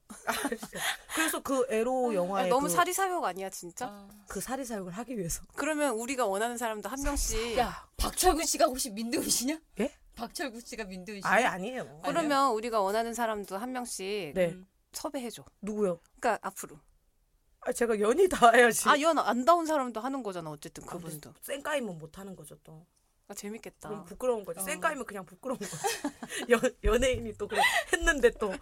Speaker 1: 그래서 그 에로 영화에
Speaker 4: 아, 너무
Speaker 1: 그,
Speaker 4: 사리사욕 아니야 진짜?
Speaker 3: 아.
Speaker 1: 그 사리사욕을 하기 위해서
Speaker 4: 그러면 우리가 원하는 사람도 한 명씩
Speaker 3: 야, 박철구 씨가 혹시 민두훈 씨냐?
Speaker 1: 예?
Speaker 3: 박철구 씨가 민두훈 씨.
Speaker 1: 아예 아니에요
Speaker 4: 그러면 음. 우리가 원하는 사람도 한 명씩
Speaker 1: 네
Speaker 4: 섭외해줘.
Speaker 1: 누구요?
Speaker 4: 그러니까 앞으로.
Speaker 1: 아, 제가 연이 닿아야지
Speaker 4: 아, 연 안다운 사람도 하는 거잖아. 어쨌든 그분도.
Speaker 1: 쌩까이면 못 하는 거죠 또.
Speaker 4: 아, 재밌겠다.
Speaker 1: 그럼 부끄러운 거지.
Speaker 3: 어.
Speaker 1: 쌩까이면 그냥 부끄러운 거지. (laughs) 연 연예인이 또 그래 했는데 또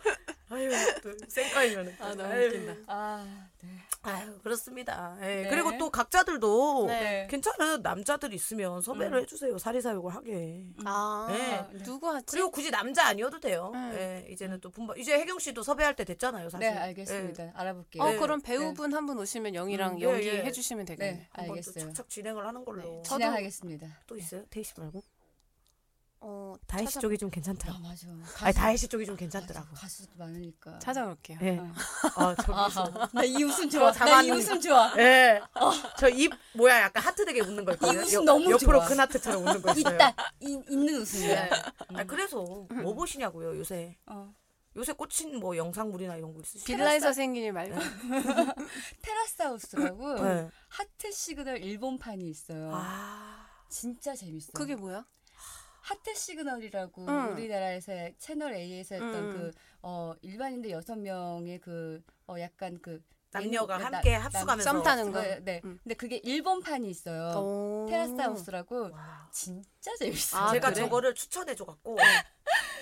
Speaker 1: 아유 또 쌩까이면은.
Speaker 4: 아, 너무
Speaker 1: 아유.
Speaker 4: 웃긴다.
Speaker 3: 아, 네.
Speaker 1: 아유 그렇습니다. 예,
Speaker 3: 네.
Speaker 1: 그리고 또 각자들도
Speaker 4: 네.
Speaker 1: 괜찮아요. 남자들 있으면 섭외를
Speaker 3: 음.
Speaker 1: 해주세요. 사리사욕을 하게.
Speaker 4: 아,
Speaker 1: 음. 네.
Speaker 4: 누구 하지?
Speaker 1: 그리고 굳이 남자 아니어도 돼요.
Speaker 4: 음.
Speaker 1: 예, 이제는 또 분발. 이제 혜경 씨도 섭외할 때 됐잖아요, 사실.
Speaker 3: 네, 알겠습니다. 알아볼게요.
Speaker 4: 어,
Speaker 1: 네.
Speaker 4: 그럼 배우분 한 분 오시면 영희랑
Speaker 1: 음, 예,
Speaker 4: 연기
Speaker 1: 예.
Speaker 4: 해주시면 되겠네요.
Speaker 3: 네,
Speaker 1: 한번 또
Speaker 3: 알겠어요.
Speaker 1: 착착 진행을 하는 걸로.
Speaker 4: 네, 저- 저도-
Speaker 3: 진행하겠습니다.
Speaker 1: 또 있어요? 테이씨 말고?
Speaker 4: 어,
Speaker 1: 다혜 씨
Speaker 4: 찾아-
Speaker 1: 쪽이 좀
Speaker 3: 아,
Speaker 1: 괜찮더라고.
Speaker 3: 맞아. 가수,
Speaker 1: 아니, 다혜 씨 쪽이 좀
Speaker 3: 맞아.
Speaker 1: 괜찮더라고.
Speaker 3: 가수도 많으니까.
Speaker 4: 찾아올게요.
Speaker 1: 예.
Speaker 3: 어.
Speaker 1: 아, 저
Speaker 3: 아하. 나이 웃음 좋아.
Speaker 1: 저거
Speaker 3: 나 이
Speaker 1: 어, 잡아놨는데.
Speaker 3: 웃음 좋아.
Speaker 1: 예. 저 입 뭐야 약간 하트 되게 웃는 거 있거든요.
Speaker 3: 웃음 어. 너무
Speaker 1: 옆으로
Speaker 3: 좋아.
Speaker 1: 큰 하트처럼 웃는 거 있어요.
Speaker 3: 있다. 이, 있는 웃음이야. 음.
Speaker 1: 아, 그래서 뭐 보시냐고요, 요새.
Speaker 3: 어.
Speaker 1: 요새 꽂힌 뭐 영상물이나 이런 거 있으시죠?
Speaker 4: 빌라에서 생긴 일 말고.
Speaker 3: 테라스하우스라고
Speaker 1: 네.
Speaker 3: 하트 시그널 일본판이 있어요. 음.
Speaker 1: 아.
Speaker 3: 진짜 재밌어요.
Speaker 4: 그게 뭐야?
Speaker 3: 하트 시그널이라고
Speaker 4: 음.
Speaker 3: 우리나라에서 채널 A에서 했던
Speaker 4: 음.
Speaker 3: 그 어, 일반인들 여섯 명의 그 어, 약간 그
Speaker 1: 남녀가
Speaker 3: 나-
Speaker 1: 함께
Speaker 3: 남-
Speaker 1: 합숙하면서
Speaker 4: 썸 타는 거.
Speaker 3: 네, 네.
Speaker 4: 음.
Speaker 3: 근데 그게 일본판이 있어요.
Speaker 4: 어.
Speaker 3: 테라스하우스라고
Speaker 1: 와.
Speaker 3: 진짜 재밌어요.
Speaker 4: 아,
Speaker 1: 제가
Speaker 4: 그래?
Speaker 1: 저거를 추천해줘 갖고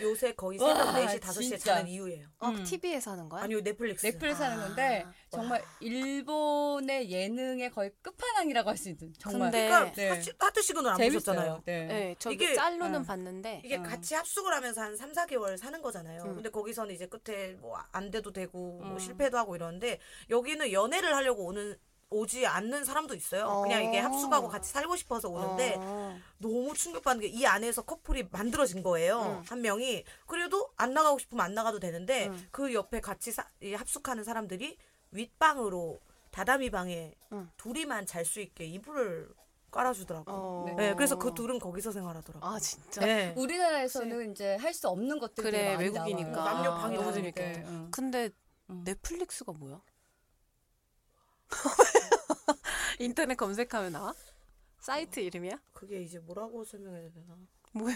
Speaker 1: 요새 거의
Speaker 3: 네. 와,
Speaker 1: 새벽 4시 5시에
Speaker 3: 진짜.
Speaker 1: 자는 이유예요.
Speaker 4: 어,
Speaker 3: 음.
Speaker 4: TV에서 하는 거야?
Speaker 1: 아니요 넷플릭스.
Speaker 3: 넷플릭스 하는
Speaker 4: 아.
Speaker 3: 건데 정말 일본의 예능의 거의 끝판왕이라고 할 수 있는 정말
Speaker 4: 근데
Speaker 1: 그러니까
Speaker 3: 네.
Speaker 1: 하트- 하트 시그널 안 보셨잖아요.
Speaker 3: 재밌어요. 네.
Speaker 4: 네, 저
Speaker 1: 이게-
Speaker 4: 이게 짤로는
Speaker 3: 어.
Speaker 4: 봤는데
Speaker 1: 이게
Speaker 3: 어.
Speaker 1: 같이 합숙을 하면서 한 3, 4개월 사는 거잖아요.
Speaker 4: 음.
Speaker 1: 근데 거기서는 이제 끝에 뭐 안 돼도 되고 뭐
Speaker 3: 음.
Speaker 1: 실패도 하고 이러는데 여기는 연애를 하려고 오는 오지 않는 사람도 있어요.
Speaker 4: 어.
Speaker 1: 그냥 이게 합숙하고 같이 살고 싶어서 오는데
Speaker 4: 어.
Speaker 1: 너무 충격받는 게 이 안에서 커플이 만들어진 거예요.
Speaker 4: 음.
Speaker 1: 한 명이 그래도 안 나가고 싶으면 안 나가도 되는데
Speaker 4: 음.
Speaker 1: 그 옆에 같이 사- 이 합숙하는 사람들이 윗방으로 다다미 방에
Speaker 4: 음.
Speaker 1: 둘이만 잘 수 있게 이불을 깔아주더라고. 요
Speaker 4: 어.
Speaker 1: 네, 그래서 그 둘은 거기서 생활하더라고. 요
Speaker 4: 아 진짜.
Speaker 1: 네.
Speaker 3: 우리나라에서는 이제 할 수 없는 것들이
Speaker 4: 그래
Speaker 3: 많이
Speaker 4: 외국이니까
Speaker 3: 나와요.
Speaker 1: 남녀 방이
Speaker 4: 너무
Speaker 1: 많으니까.
Speaker 4: 재밌겠다.
Speaker 3: 네, 어.
Speaker 4: 근데
Speaker 3: 음.
Speaker 4: 넷플릭스가 뭐야? (laughs) 인터넷 검색하면 나와? 사이트 이름이야?
Speaker 1: 그게 이제 뭐라고 설명해야 되나?
Speaker 4: 뭐야?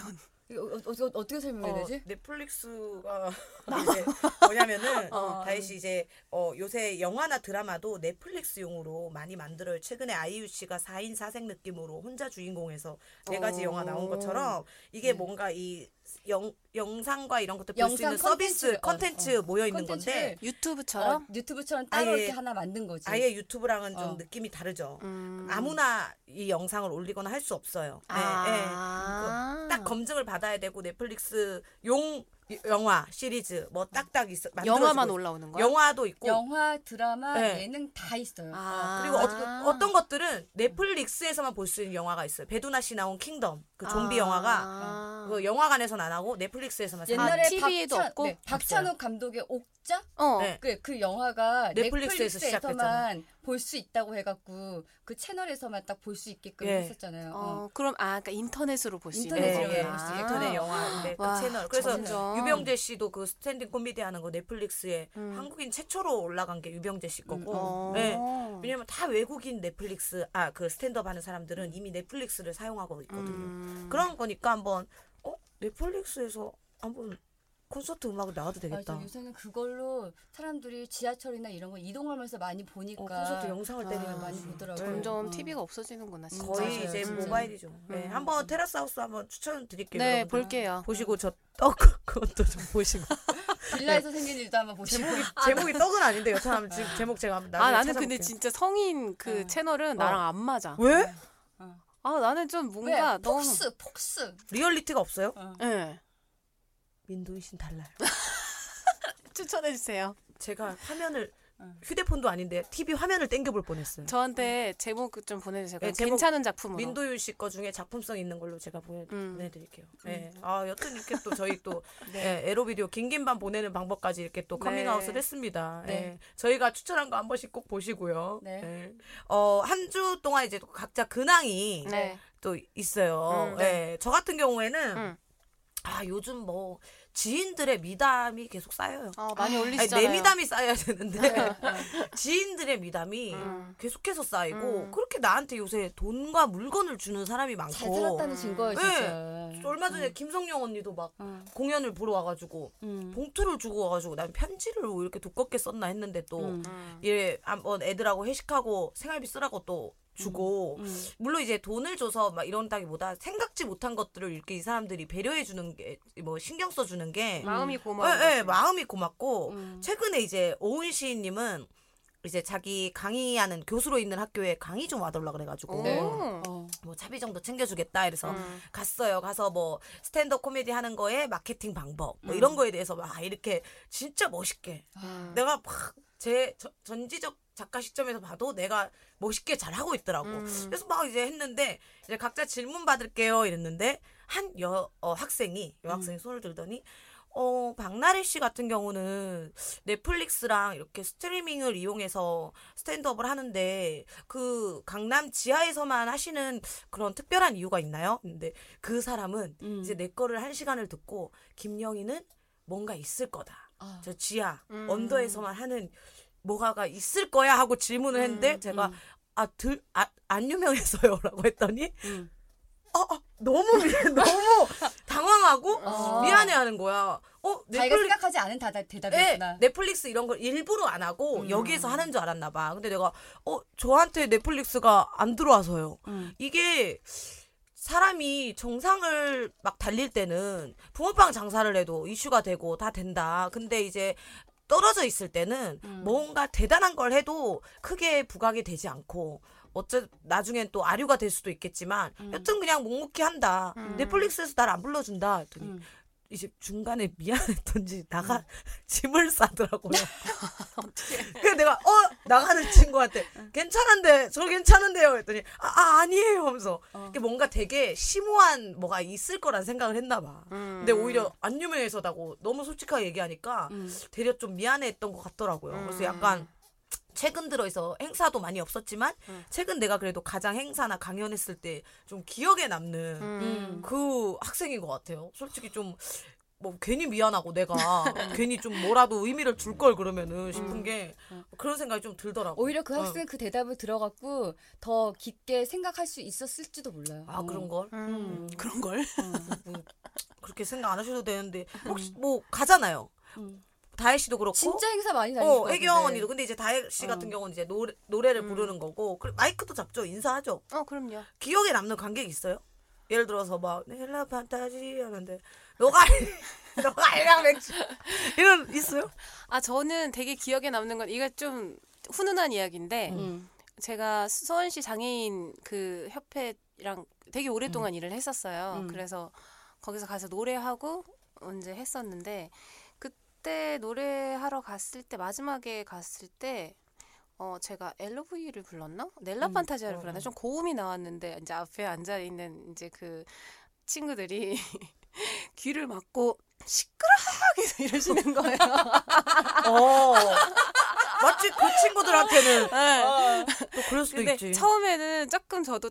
Speaker 3: 이거 어, 어, 어, 떻게 설명해야
Speaker 1: 어,
Speaker 3: 되지? (laughs)
Speaker 1: 넷플릭스가 (laughs) 이제 뭐냐면은
Speaker 4: 어.
Speaker 1: 다혜 씨 이제 어, 요새 영화나 드라마도 넷플릭스용으로 많이 만들어요. 최근에 아이유 씨가 4인 4색 느낌으로 혼자 주인공에서 네 가지
Speaker 4: 어.
Speaker 1: 영화 나온 것처럼 이게
Speaker 3: 네.
Speaker 1: 뭔가 이 영, 영상과 이런 것들 볼 수
Speaker 3: 영상
Speaker 1: 있는 서비스
Speaker 3: 컨텐츠를-
Speaker 1: 컨텐츠
Speaker 3: 어, 어.
Speaker 1: 모여 있는 건데
Speaker 3: 컨텐츠를
Speaker 4: 유튜브처럼?
Speaker 3: 어, 유튜브처럼 따로
Speaker 1: 아예-
Speaker 3: 이렇게 하나 만든 거지.
Speaker 1: 아예 유튜브랑은 좀
Speaker 3: 어.
Speaker 1: 느낌이 다르죠.
Speaker 4: 음.
Speaker 1: 아무나 이 영상을 올리거나 할 수 없어요. 네,
Speaker 3: 아.
Speaker 1: 네.
Speaker 4: 아.
Speaker 1: 딱 검증을 받아야 되고 넷플릭스 용 영화 시리즈 뭐 딱딱 있어
Speaker 4: 영화만
Speaker 1: 만들어지고
Speaker 4: 올라오는
Speaker 1: 있-
Speaker 4: 거야?
Speaker 1: 영화도 있고
Speaker 3: 영화, 드라마,
Speaker 1: 네.
Speaker 3: 예능 다 있어요.
Speaker 4: 아.
Speaker 1: 그리고 어, 떤 것들은 넷플릭스에서만 볼 수 있는 영화가 있어요 배두나 씨 나온 킹덤 그 좀비
Speaker 4: 아.
Speaker 1: 영화가 그 영화관에선 안 하고 넷플릭스에서만
Speaker 3: 옛날에
Speaker 4: 아, TV에도
Speaker 3: 박찬,
Speaker 4: 없고?
Speaker 3: 네, 박찬욱 감독의 옥자
Speaker 4: 어.
Speaker 1: 네.
Speaker 3: 그, 그 영화가
Speaker 1: 넷플릭스에서 시작됐잖아.
Speaker 3: 넷플릭스에서만 볼 수 있다고 해갖고 그 채널에서만 딱 볼 수 있게끔
Speaker 1: 예.
Speaker 3: 했었잖아요. 어.
Speaker 4: 어, 그럼 아, 그러니까 인터넷으로 볼 수 있는
Speaker 3: 인터넷으로
Speaker 4: 거구나.
Speaker 3: 볼수 있게
Speaker 1: 네. 아. 인터넷 영화 네, 그
Speaker 4: 와,
Speaker 1: 채널 그래서
Speaker 4: 점점.
Speaker 1: 유병재 씨도 그 스탠딩 코미디 하는 거 넷플릭스에
Speaker 4: 음.
Speaker 1: 한국인 최초로 올라간 게 유병재 씨 거고
Speaker 4: 어.
Speaker 1: 네. 왜냐면 다 외국인 넷플릭스 아 그 스탠드업 하는 사람들은 이미 넷플릭스를 사용하고 있거든요.
Speaker 4: 음.
Speaker 1: 그런 거니까 한번 어 넷플릭스에서 한번 콘서트 음악을 나와도 되겠다. 어,
Speaker 3: 맞아, 요새는 그걸로 사람들이 지하철이나 이런 거 이동하면서 많이 보니까
Speaker 1: 어, 콘서트 영상을
Speaker 4: 아,
Speaker 1: 때리는
Speaker 3: 많이
Speaker 1: 거지. 네.
Speaker 3: 보더라고요.
Speaker 4: 점점
Speaker 3: 어.
Speaker 4: TV가 없어지구나. 진짜.
Speaker 1: 거의
Speaker 3: 맞아요,
Speaker 1: 이제
Speaker 3: 진짜.
Speaker 1: 모바일이죠. 네,
Speaker 4: 음.
Speaker 1: 한번 테라스 하우스 한번 추천드릴게요.
Speaker 4: 네,
Speaker 1: 여러분들.
Speaker 4: 볼게요.
Speaker 1: 보시고 저 떡 (laughs) 그것도 좀 보시고
Speaker 3: 빌라에서 생긴 일도 한번 보시고
Speaker 1: 제목이 제목이 떡은 아닌데 여차하면 지금 제목 제가 한번
Speaker 4: 아,
Speaker 1: 나중에
Speaker 4: 나는
Speaker 1: 찾아볼게요.
Speaker 4: 근데
Speaker 1: 네.
Speaker 4: 진짜 성인 그
Speaker 3: 어.
Speaker 4: 채널은 나랑 안 맞아.
Speaker 1: 왜
Speaker 4: 아, 나는 좀
Speaker 3: 왜
Speaker 4: 뭔가 너무
Speaker 3: 폭스 폭스
Speaker 1: 리얼리티가 없어요?
Speaker 4: 예.
Speaker 1: 민도희 씨는 달라요.
Speaker 4: 추천해 주세요.
Speaker 1: 제가 화면을
Speaker 3: 어.
Speaker 1: 휴대폰도 아닌데 TV 화면을 땡겨볼 뻔했어요.
Speaker 4: 저한테 제목 좀 보내 주세요.
Speaker 1: 음. 네, 제목-
Speaker 4: 괜찮은 작품으로.
Speaker 1: 민도윤 씨 거 중에 작품성 있는 걸로 제가 보내,
Speaker 4: 음.
Speaker 1: 보내드릴게요. 예. 아 여튼 이렇게 또 저희 또
Speaker 4: (laughs)
Speaker 1: 예, 에로비디오 긴긴밤 보내는 방법까지 이렇게 또
Speaker 4: 네.
Speaker 1: 커밍아웃을 했습니다.
Speaker 3: 네.
Speaker 1: 예. 저희가 추천한 거 한 번씩 꼭 보시고요.
Speaker 3: 네.
Speaker 1: 예. 어한 주 동안 이제 또 각자 근황이
Speaker 4: 네.
Speaker 1: 또 있어요.
Speaker 4: 음.
Speaker 1: 예. 저 같은 경우에는
Speaker 4: 음.
Speaker 1: 아 요즘 뭐 지인들의 미담이 계속 쌓여요.
Speaker 4: 아, 많이
Speaker 1: 아니,
Speaker 4: 올리시잖아요. 네.
Speaker 1: 내 미담이 쌓여야 되는데
Speaker 3: 어.
Speaker 1: 지인들의 미담이
Speaker 4: 음.
Speaker 1: 계속해서 쌓이고
Speaker 4: 음.
Speaker 1: 그렇게 나한테 요새 돈과 물건을 주는 사람이 많고
Speaker 3: 잘 살았다는 증거예요
Speaker 1: 네.
Speaker 3: 진짜.
Speaker 1: 저 얼마 전에
Speaker 4: 음.
Speaker 1: 김성령 언니도 막
Speaker 3: 어.
Speaker 1: 공연을 보러 와가지고
Speaker 3: 음.
Speaker 1: 봉투를 주고 와가지고 난 편지를 왜 이렇게 두껍게 썼나 했는데 또
Speaker 3: 음.
Speaker 4: 음.
Speaker 1: 예, 한번 애들하고 회식하고 생활비 쓰라고 또 주고
Speaker 3: 음.
Speaker 1: 물론 이제 돈을 줘서 막 이런다기보다 생각지 못한 것들을 이렇게 이 사람들이 배려해 주는 게 뭐 신경 써 주는 게
Speaker 4: 마음이
Speaker 1: 예,
Speaker 4: 고마워.
Speaker 1: 예, 마음이 고맙고
Speaker 3: 음.
Speaker 1: 최근에 이제 오은 시인님은 이제 자기 강의하는 교수로 있는 학교에 강의 좀 와달라 그래가지고
Speaker 3: 네.
Speaker 4: 오.
Speaker 3: 어.
Speaker 1: 뭐 차비 정도 챙겨주겠다 이래서
Speaker 4: 음.
Speaker 1: 갔어요. 가서 뭐 스탠드업 코미디 하는 거에 마케팅 방법 뭐 이런 거에 대해서 막 이렇게 진짜 멋있게
Speaker 4: 음.
Speaker 1: 내가 막 제 전지적 작가 시점에서 봐도 내가 멋있게 잘 하고 있더라고.
Speaker 4: 음.
Speaker 1: 그래서 막 이제 했는데 이제 각자 질문 받을게요 이랬는데 한 여 어, 학생이 여학생이 손을 들더니 어 박나래 씨 같은 경우는 넷플릭스랑 이렇게 스트리밍을 이용해서 스탠드업을 하는데 그 강남 지하에서만 하시는 그런 특별한 이유가 있나요? 근데 그 사람은
Speaker 3: 음.
Speaker 1: 이제 내 거를 한 시간을 듣고 김영희는 뭔가 있을 거다.
Speaker 3: 아.
Speaker 1: 저 지하
Speaker 4: 음.
Speaker 1: 언더에서만 하는 뭐가가 있을 거야 하고 질문을 했는데
Speaker 4: 음,
Speaker 1: 제가
Speaker 3: 음.
Speaker 1: 아들안 유명해서요라고 (laughs) 했더니
Speaker 3: 음.
Speaker 1: 아, 아, 너무 미- (laughs) 너무 당황하고
Speaker 3: 아.
Speaker 1: 미안해하는 거야. 어
Speaker 3: 자기가
Speaker 1: 넷플릭스
Speaker 3: 생각하지 않은 다다
Speaker 1: 네,
Speaker 3: 대답이었구나. 음.
Speaker 1: 넷플릭스 이런 걸 일부러 안 하고 여기에서 하는 줄 알았나 봐. 근데 내가 어 저한테 넷플릭스가 안 들어와서요.
Speaker 3: 음.
Speaker 1: 이게 사람이 정상을 막 달릴 때는 붕어빵 장사를 해도 이슈가 되고 다 된다. 근데 이제 떨어져 있을 때는
Speaker 3: 음.
Speaker 1: 뭔가 대단한 걸 해도 크게 부각이 되지 않고 어째 나중엔 또 아류가 될 수도 있겠지만
Speaker 3: 음.
Speaker 1: 여튼 그냥 묵묵히 한다.
Speaker 4: 음.
Speaker 1: 넷플릭스에서 날 안 불러준다. 했더니
Speaker 3: 음.
Speaker 1: 이제 중간에 미안했던지 나가 짐을 싸더라고요.
Speaker 4: (laughs)
Speaker 1: 그래서 내가 어 나가는 친구한테 괜찮은데 저 괜찮은데요 했더니 아, 아 아니에요 하면서
Speaker 4: 어.
Speaker 1: 이게 뭔가 되게 심오한 뭐가 있을 거란 생각을 했나 봐.
Speaker 4: 음.
Speaker 1: 근데 오히려 안 유명해서다고 너무 솔직하게 얘기하니까
Speaker 3: 음.
Speaker 1: 되려 좀 미안해했던 것 같더라고요. 그래서
Speaker 4: 음.
Speaker 1: 약간 최근 들어서 행사도 많이 없었지만
Speaker 4: 음.
Speaker 1: 최근 내가 그래도 가장 행사나 강연했을 때 좀 기억에 남는
Speaker 4: 음.
Speaker 1: 그 학생인 것 같아요. 솔직히 좀. 뭐 괜히 미안하고 내가 괜히 좀 뭐라도 의미를 줄 걸 그러면은 싶은 게 그런 생각이 좀 들더라고.
Speaker 3: 오히려 그 학생은 그 대답을 들어갖고 더 깊게 생각할 수 있었을지도 몰라요.
Speaker 1: 아 그런 걸
Speaker 4: 음. 그런 걸?
Speaker 1: 그렇게 생각 안 하셔도 되는데 혹시 뭐 가잖아요. 다혜 씨도 그렇고
Speaker 3: 진짜 행사 많이 다니고.
Speaker 1: 어 애경 언니도 근데 이제 다혜 씨 같은 경우는 이제 노래 노래를 부르는 거고 그리고 마이크도 잡죠 인사하죠.
Speaker 4: 어 그럼요.
Speaker 1: 기억에 남는 관객이 있어요? 예를 들어서 막 네, 헬라 판타지 하는데 너가 알- (laughs) 너가 알랑 맥주 이런 있어요?
Speaker 4: 아 저는 되게 기억에 남는 건 이게 좀 훈훈한 이야기인데
Speaker 3: 음.
Speaker 4: 제가 수원시 장애인 그 협회랑 되게 오랫동안 일을 했었어요.
Speaker 3: 음.
Speaker 4: 그래서 거기서 가서 노래하고 언제 했었는데 그때 노래하러 갔을 때 마지막에 갔을 때 어, 제가 LOV를 불렀나? 넬라
Speaker 3: 음.
Speaker 4: 판타지아를
Speaker 1: 어,
Speaker 4: 불렀나?
Speaker 1: 어.
Speaker 4: 좀 고음이 나왔는데 이제 앞에 앉아 있는 이제 그 친구들이 (laughs) 귀를 막고 시끄러하게
Speaker 3: (laughs)
Speaker 4: 이러시는 거예요.
Speaker 1: 어 마치 그 친구들한테는
Speaker 3: 어.
Speaker 4: 네.
Speaker 1: 또 그럴 수도
Speaker 4: 근데
Speaker 1: 있지.
Speaker 4: 처음에는 조금 저도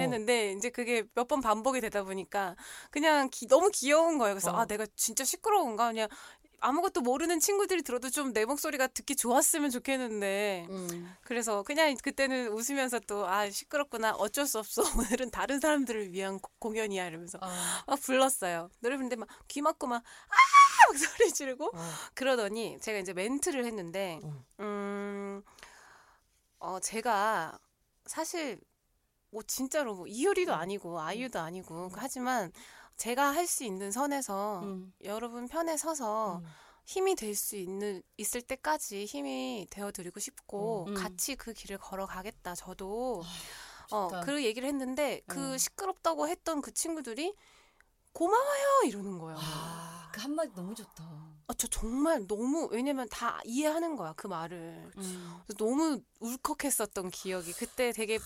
Speaker 1: 어.
Speaker 4: 했는데 이제 그게 몇 번 반복이 되다 보니까 그냥 기- 너무 귀여운 거예요. 그래서
Speaker 1: 어.
Speaker 4: 아 내가 진짜 시끄러운가 그냥 아무것도 모르는 친구들이 들어도 좀 내 목소리가 듣기 좋았으면 좋겠는데
Speaker 3: 음.
Speaker 4: 그래서 그냥 그때는 웃으면서 또 아 시끄럽구나 어쩔 수 없어 (laughs) 오늘은 다른 사람들을 위한 고- 공연이야 이러면서
Speaker 3: 아.
Speaker 4: 막 불렀어요. 노래 부르는데 막 귀 막고 막 아! 막 소리 지르고
Speaker 1: 어.
Speaker 4: 그러더니 제가 이제 멘트를 했는데
Speaker 3: 어.
Speaker 1: 음.
Speaker 4: 음. 어 제가 사실 뭐 진짜로 뭐
Speaker 3: 음.
Speaker 4: 이효리도 아니고 아이유도 아니고 하지만 제가 할 수 있는 선에서
Speaker 3: 음.
Speaker 4: 여러분 편에 서서
Speaker 1: 음.
Speaker 4: 힘이 될 수 있는 있을 때까지 힘이 되어 드리고 싶고
Speaker 3: 음.
Speaker 4: 같이 그 길을 걸어가겠다 저도
Speaker 3: 좋다.
Speaker 4: 어 그 얘기를 했는데 그
Speaker 3: 아, 음.
Speaker 4: 시끄럽다고 했던 그 친구들이 고마워요 이러는 거예요.
Speaker 3: 아, 그 한마디 너무 좋다.
Speaker 4: 아, 저 정말 너무 왜냐면 다 이해하는 거야 그 말을
Speaker 3: 음.
Speaker 4: 그래서 너무 울컥했었던 기억이 그때 되게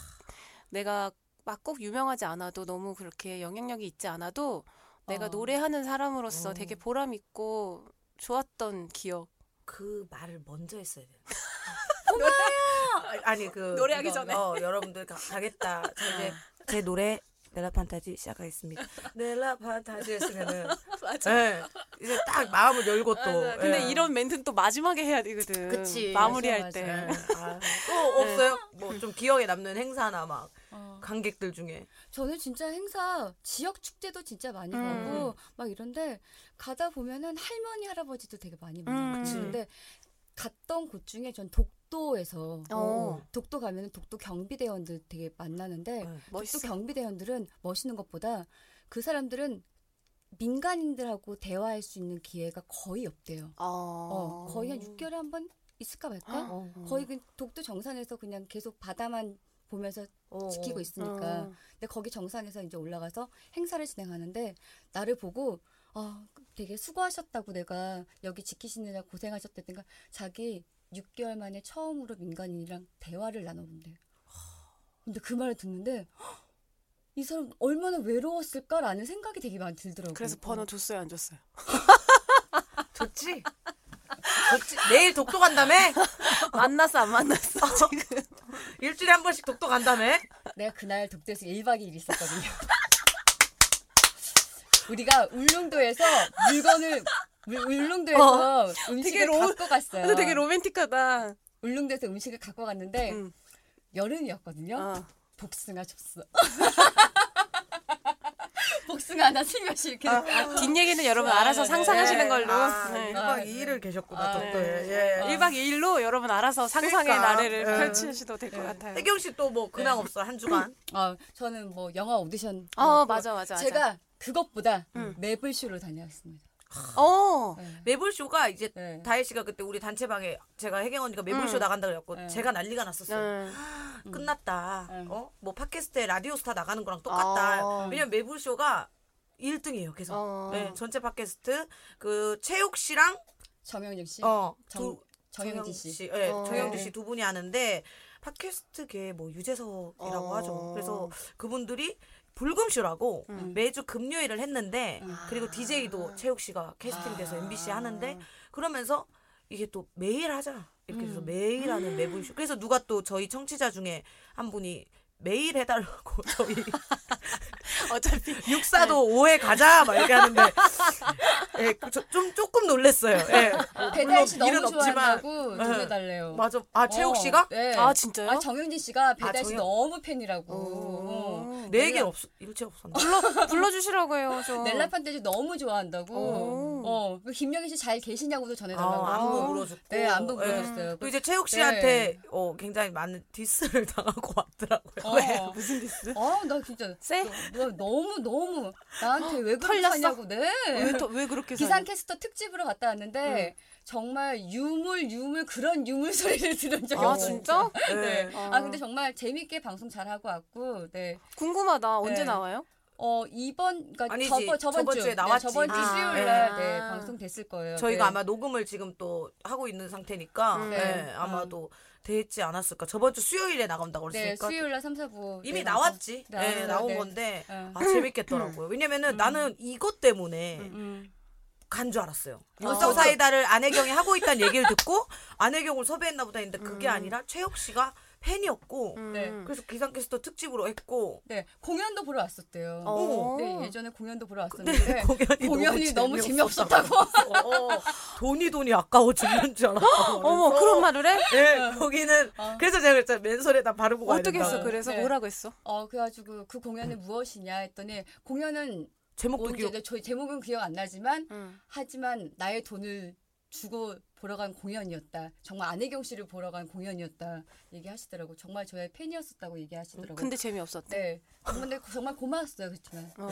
Speaker 4: 내가 막 꼭 유명하지 않아도 너무 그렇게 영향력이 있지 않아도 내가
Speaker 3: 어.
Speaker 4: 노래하는 사람으로서
Speaker 1: 어.
Speaker 4: 되게 보람 있고 좋았던 기억
Speaker 1: 그 말을 먼저 했어야 돼. 고마워요. 아니 그
Speaker 4: 노래하기
Speaker 1: 이거,
Speaker 4: 전에.
Speaker 1: 어, 여러분들 가, 가겠다. 자, 아, 이제 제 노래 넬라 판타지 시작하겠습니다. 넬라 판타지 했으면은
Speaker 4: (laughs) 맞아
Speaker 1: 예, 이제 딱 마음을 열고 또.
Speaker 4: 근데
Speaker 1: 예.
Speaker 4: 이런 멘트는 또 마지막에 해야 되거든
Speaker 1: 그치.
Speaker 4: 마무리할
Speaker 3: 네. 맞아,
Speaker 4: 때
Speaker 1: 예. 아,
Speaker 4: 네.
Speaker 1: 또 없어요? 뭐 좀 기억에 남는 행사나 막
Speaker 3: 어.
Speaker 1: 관객들 중에
Speaker 3: 저는 진짜 행사 지역 축제도 진짜 많이
Speaker 4: 음.
Speaker 3: 가고 막 이런데 가다 보면은 할머니 할아버지도 되게 많이 만나요.
Speaker 4: 그치.
Speaker 3: 근데 갔던 곳 중에 전 독도에서
Speaker 4: 어.
Speaker 3: 독도 가면은 독도 경비대원들 되게 만나는데
Speaker 1: 네.
Speaker 3: 독도
Speaker 4: 멋있어
Speaker 3: 경비대원들은 멋있는 것보다 그 사람들은 민간인들하고 대화할 수 있는 기회가 거의 없대요.
Speaker 4: 어.
Speaker 3: 어, 거의 한 6개월에 한 번 있을까 말까
Speaker 1: 어.
Speaker 3: 거의 그 독도 정상에서 그냥 계속 바다만 보면서
Speaker 1: 어.
Speaker 3: 지키고 있으니까 근데 거기 정상에서 이제 올라가서 행사를 진행하는데 나를 보고 아 되게 수고하셨다고 내가 여기 지키시느라 고생하셨다든가 자기 6개월 만에 처음으로 민간인이랑 대화를 나눠본대. 근데 그 말을 듣는데 헉, 이 사람 얼마나 외로웠을까라는 생각이 되게 많이 들더라고요.
Speaker 4: 그래서 번호
Speaker 3: 음.
Speaker 4: 줬어요, 안 줬어요?
Speaker 1: 좋지. 좋지. 내일 독도 간다며?
Speaker 4: 만났어, 안 (laughs) 만났어? 지금
Speaker 1: 일주일에 한 번씩 독도
Speaker 3: 네.
Speaker 1: 간다며?
Speaker 3: 내가 그날 독도에서 1박 2일 있었거든요. (laughs) 우리가 울릉도에서 물건을 울- 울릉도에서 음식을
Speaker 4: 어, 로-
Speaker 3: 갖고 갔어요.
Speaker 4: 근데 되게 로맨틱하다.
Speaker 3: 울릉도에서 음식을 갖고 갔는데
Speaker 4: 음.
Speaker 3: 여름이었거든요.
Speaker 4: 어.
Speaker 3: 복숭아 줬어. 복숭아 하나 스며시 이렇게.
Speaker 4: 아, 뒷얘기는 여러분
Speaker 3: 아,
Speaker 4: 알아서
Speaker 3: 네.
Speaker 4: 상상하시는 걸로.
Speaker 1: 아,
Speaker 4: 네.
Speaker 1: 1박
Speaker 3: 아,
Speaker 1: 2일을 계셨구나,
Speaker 3: 아,
Speaker 1: 독도에.
Speaker 4: 네.
Speaker 1: 예.
Speaker 3: 아.
Speaker 4: 1박 2일로 여러분 알아서 상상의
Speaker 1: 그러니까.
Speaker 4: 나래를
Speaker 1: 네.
Speaker 4: 펼치셔도 될 것
Speaker 3: 네.
Speaker 4: 같아요.
Speaker 1: 혜경 씨 또 뭐 근황
Speaker 3: 네.
Speaker 1: 없어, 한 주간?
Speaker 3: (laughs) 아, 저는 뭐 영화 오디션.
Speaker 4: 어,
Speaker 3: 그거-
Speaker 4: 맞아, 맞아, 맞아.
Speaker 3: 제가 그것보다
Speaker 4: 음.
Speaker 3: 매블쇼를 다녀왔습니다.
Speaker 4: 어,
Speaker 3: 네.
Speaker 1: 매불쇼가 이제
Speaker 3: 네.
Speaker 1: 다혜 씨가 그때 우리 단체방에 제가 혜경 언니가 매불쇼
Speaker 4: 음.
Speaker 1: 나간다 그랬고
Speaker 3: 네.
Speaker 1: 제가 난리가 났었어요.
Speaker 4: 음.
Speaker 1: 끝났다.
Speaker 3: 음.
Speaker 1: 어? 뭐 팟캐스트에 라디오스타 나가는 거랑 똑같다.
Speaker 3: 아.
Speaker 4: 어.
Speaker 1: 왜냐면 매불쇼가 1등이에요, 계속.
Speaker 4: 어.
Speaker 1: 네, 전체 팟캐스트 그 최욱 씨랑
Speaker 3: 정영진 씨,
Speaker 1: 어,
Speaker 3: 네. 정-
Speaker 1: 두,
Speaker 3: 정영진 씨.
Speaker 1: 예,
Speaker 4: 어.
Speaker 1: 정영진
Speaker 3: 네.
Speaker 1: 씨 두 분이 하는데 팟캐스트계 뭐 유재석이라고
Speaker 4: 어.
Speaker 1: 하죠. 그래서 그분들이 불금쇼라고
Speaker 4: 음.
Speaker 1: 매주 금요일을 했는데
Speaker 3: 음.
Speaker 1: 그리고 DJ도 최욱 씨가 캐스팅돼서
Speaker 4: 아.
Speaker 1: MBC 하는데 그러면서 이게 또 매일 하자. 이렇게 해서
Speaker 3: 음.
Speaker 1: 매일
Speaker 4: (gasps)
Speaker 1: 하는 매분쇼. 그래서 누가 또 저희 청취자 중에 한 분이 매일 해달라고 (laughs) 저희
Speaker 4: 어차피
Speaker 1: 육사도
Speaker 3: 네.
Speaker 1: 오해 가자 막 이렇게 하는데 예, 저- 좀 조금 놀랬어요. 예.
Speaker 3: 아, 배달 씨
Speaker 1: 물론
Speaker 3: 너무
Speaker 1: 일은 없지만-
Speaker 3: 좋아한다고
Speaker 1: 네.
Speaker 3: 보내달래요.
Speaker 1: 맞아. 아 최욱
Speaker 3: 어,
Speaker 1: 씨가
Speaker 3: 네.
Speaker 4: 아 진짜요?
Speaker 3: 아, 정영진 씨가 배달 씨
Speaker 1: 정영-
Speaker 3: 너무 팬이라고. 어.
Speaker 4: 오.
Speaker 1: 내 얘기 네 없 일체 없었나?
Speaker 4: 음. 아, 불러 불러주시라고 해요. 저.
Speaker 3: 어. 넬라 판테즈 너무 좋아한다고.
Speaker 4: 오.
Speaker 3: 어, 그 김영희 씨 잘 계시냐고도 전해달라고.
Speaker 1: 아, 안부 물어줬고.
Speaker 3: 네, 안부
Speaker 1: 예.
Speaker 3: 물어줬어요. 네.
Speaker 1: 또 이제 최욱 씨한테 어, 굉장히 많은 디스를 (laughs) 당하고 왔더라고요. 네.
Speaker 3: 어.
Speaker 4: 무슨 디스?
Speaker 3: 아, 나 진짜 뭐
Speaker 4: 쎄?
Speaker 3: 너, 너무 너무 나한테 왜
Speaker 4: 털렸어?
Speaker 3: 그러냐고 네.
Speaker 4: 왜, 또- 왜 그렇게 사니?
Speaker 3: 기상캐스터 특집으로 갔다 왔는데 정말 유물 유물 그런 유물 (laughs) 소리를 들은 적이
Speaker 4: 아
Speaker 3: 없어요.
Speaker 4: 진짜?
Speaker 3: 네.
Speaker 4: 아.
Speaker 3: 아 근데 정말 재밌게 방송 잘 하고 왔고 네.
Speaker 4: 궁금하다. 언제
Speaker 3: 네.
Speaker 4: 나와요?
Speaker 3: 어 이번 그러니까
Speaker 1: 아니지,
Speaker 3: 저번 저번,
Speaker 1: 저번
Speaker 3: 주
Speaker 1: 주에 나왔지.
Speaker 3: 네, 저번 주
Speaker 4: 아.
Speaker 3: 수요일 날
Speaker 4: 아.
Speaker 3: 네, 방송 됐을 거예요.
Speaker 1: 저희가
Speaker 3: 네.
Speaker 1: 아마 녹음을 지금 또 하고 있는 상태니까
Speaker 4: 음.
Speaker 1: 예,
Speaker 3: 네.
Speaker 1: 아마도 됐지 않았을까. 저번 주 수요일에 나간다고
Speaker 3: 네,
Speaker 1: 그랬으니까
Speaker 3: 수요일 날 3, 4부
Speaker 1: 이미 나왔지.
Speaker 3: 네,
Speaker 1: 예,
Speaker 3: 네,
Speaker 1: 나온
Speaker 3: 네.
Speaker 1: 건데
Speaker 3: 네.
Speaker 1: 아 재밌겠더라고요. 왜냐면은 나는 이것 때문에
Speaker 3: 음.
Speaker 1: 간 줄 알았어요.
Speaker 3: 어.
Speaker 1: 울성 사이다를 안혜경이 하고 있다는 얘기를 듣고 (laughs) 안혜경을 섭외했나 보다 했는데 그게 아니라 최욱 씨가 팬이었고
Speaker 3: 네.
Speaker 4: 음.
Speaker 1: 그래서 기상캐스터 특집으로 했고
Speaker 3: 네, 공연도 보러 왔었대요.
Speaker 4: 어.
Speaker 3: 네, 예전에 공연도 보러
Speaker 1: 근데 (laughs)
Speaker 3: 왔었는데
Speaker 1: 공연이,
Speaker 3: 공연이 너무 재미없었다고. (laughs)
Speaker 1: (laughs) 어, 돈이 돈이 아까워 죽는 줄 알았다.
Speaker 4: 어머 그런 말을 해?
Speaker 1: 예, 거기는
Speaker 3: 어.
Speaker 1: 그래서 제가 그랬잖아요. 맨손에다 바르고 가야
Speaker 4: 어떻게
Speaker 1: 된다고.
Speaker 4: 했어? 그래서
Speaker 3: 네.
Speaker 4: 뭐라고 했어?
Speaker 3: 어 그래가지고 그 공연은 무엇이냐 했더니 공연은
Speaker 1: 제목도
Speaker 3: 뭔지
Speaker 1: 기억.
Speaker 3: 이제 저희 제목은 기억 안 나지만
Speaker 4: 음.
Speaker 3: 하지만 나의 돈을 주고 보러 간 공연이었다. 정말 안혜경 씨를 보러 간 공연이었다. 얘기하시더라고. 정말 저의 팬이었었다고 얘기하시더라고.
Speaker 4: 근데 재미없었대.
Speaker 3: 네, 근데 정말 고마웠어요 그렇지만.
Speaker 4: 어.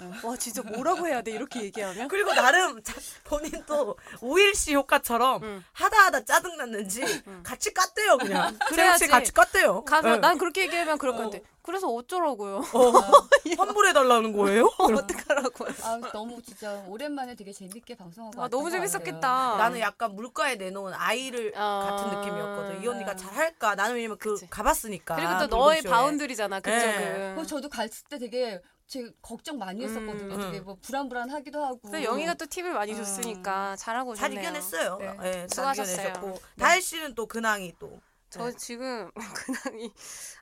Speaker 3: 네.
Speaker 4: 와 진짜 뭐라고 해야 돼 이렇게 얘기하면?
Speaker 1: 그리고 나름 자- 본인 또 오일 씨 효과처럼
Speaker 4: 음.
Speaker 1: 하다 하다 짜증 났는지 같이 깠대요 그냥. 최욱
Speaker 4: 그래야지.
Speaker 1: 씨 같이 깠대요.
Speaker 4: 가서
Speaker 3: 네.
Speaker 1: 예.
Speaker 4: 난 그렇게 얘기하면 그럴
Speaker 3: 어.
Speaker 4: 건데. 그래서 어쩌라고요?
Speaker 1: (laughs) 환불해 달라는 거예요?
Speaker 4: (laughs) 어떡하라고?
Speaker 3: 아 너무 진짜 오랜만에 되게 재밌게 방송하고.
Speaker 4: 아
Speaker 3: 왔던 것
Speaker 4: 너무
Speaker 3: 같아요.
Speaker 4: 재밌었겠다.
Speaker 1: 나는 약간 물가에 내놓은 아이를
Speaker 4: 아.
Speaker 1: 같은 느낌이었거든. 이 언니가
Speaker 3: 아.
Speaker 1: 잘할까? 나는 왜냐면 그
Speaker 4: 그치.
Speaker 1: 가봤으니까.
Speaker 4: 그리고 또 너의
Speaker 1: 불금쇼에.
Speaker 4: 바운드리잖아
Speaker 1: 예.
Speaker 4: 그쪽은.
Speaker 3: 그거 저도 갔을 때 되게 제 걱정 많이 했었거든요.
Speaker 1: 음.
Speaker 3: 되게 뭐 불안불안하기도 하고.
Speaker 4: 근데 영희가 또 팁을 많이 줬으니까 잘하고
Speaker 1: 잘
Speaker 4: 오셨네요.
Speaker 1: 이겨냈어요.
Speaker 3: 네.
Speaker 1: 예, 잘
Speaker 4: 수고하셨어요. 네.
Speaker 1: 이겨내셨고. 다혜 씨는 또 근황이 또.
Speaker 4: 저 지금 (laughs) 근황이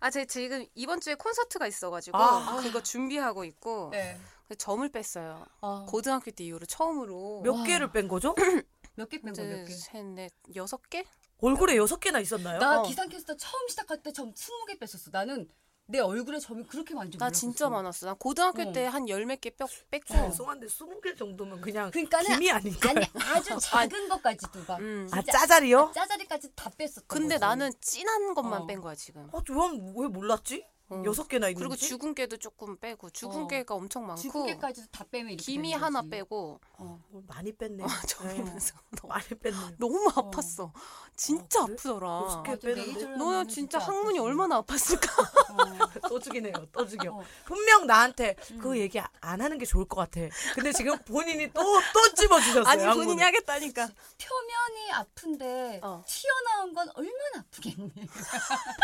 Speaker 4: 아 제가 지금 이번 주에 콘서트가 있어가지고
Speaker 1: 아.
Speaker 4: 그거 준비하고 있고
Speaker 3: 네.
Speaker 4: 그래서 점을 뺐어요.
Speaker 3: 아,
Speaker 4: 고등학교 때 이후로 처음으로
Speaker 1: 몇
Speaker 3: 와.
Speaker 1: 개를 뺀 거죠?
Speaker 4: (clears throat)
Speaker 3: 몇개 뺀 거 몇 개?
Speaker 4: 둘셋넷 여섯 개?
Speaker 1: 얼굴에 여섯 개나 있었나요?
Speaker 3: 나
Speaker 4: 어.
Speaker 3: 기상캐스터 처음 시작할 때 점 20개 뺐었어. 나는 내 얼굴에 점이 그렇게 많지
Speaker 4: 나 진짜 많았어. 나 고등학교
Speaker 3: 어.
Speaker 4: 때 한 열 몇 개 뺐고
Speaker 3: 어.
Speaker 1: 죄송한데 스무 개 정도면 그냥
Speaker 3: 그러니까는
Speaker 1: 김이 아닌가?
Speaker 3: 아니
Speaker 4: (laughs)
Speaker 3: 아주 작은 것까지도 막
Speaker 4: 음.
Speaker 1: 아
Speaker 3: 진짜
Speaker 1: 짜잘이요?
Speaker 3: 짜자리까지 다 뺐었던
Speaker 4: 근데
Speaker 3: 거지.
Speaker 4: 나는 진한 것만
Speaker 3: 어.
Speaker 4: 뺀 거야 지금.
Speaker 1: 아, 저왜 몰랐지? 어.
Speaker 4: 어.
Speaker 1: 여섯 개나 있는데.
Speaker 4: 그리고 주근깨도 조금 빼고 주근깨가 엄청 많고
Speaker 3: 주근깨까지도 다 빼면 이렇게
Speaker 4: 김이
Speaker 3: 되는
Speaker 4: 하나
Speaker 3: 거지.
Speaker 4: 빼고
Speaker 3: 어.
Speaker 1: 어, 많이 뺐네.
Speaker 4: 어, (laughs) 저기면서 너무,
Speaker 1: 많이 뺐네.
Speaker 4: 너무 아팠어. 진짜
Speaker 1: 그래?
Speaker 4: 아프더라.
Speaker 1: 어떡해.
Speaker 3: 아주
Speaker 1: 빼는데?
Speaker 3: 레이저로
Speaker 4: 너
Speaker 3: 하면은
Speaker 4: 진짜
Speaker 3: 아프지.
Speaker 4: 항문이 얼마나 아팠을까?
Speaker 3: 어.
Speaker 1: (laughs) 또 죽이네요. 또 죽여.
Speaker 3: 어.
Speaker 1: 분명 나한테
Speaker 3: 음.
Speaker 1: 그 얘기 안 하는 게 좋을 것 같아. 근데 지금 본인이 또 또 집어주셨어요.
Speaker 4: 아니 본인이
Speaker 1: 양분을.
Speaker 4: 하겠다니까.
Speaker 3: 표면이 아픈데
Speaker 4: 어.
Speaker 3: 튀어나온 건 얼마나 아프겠니?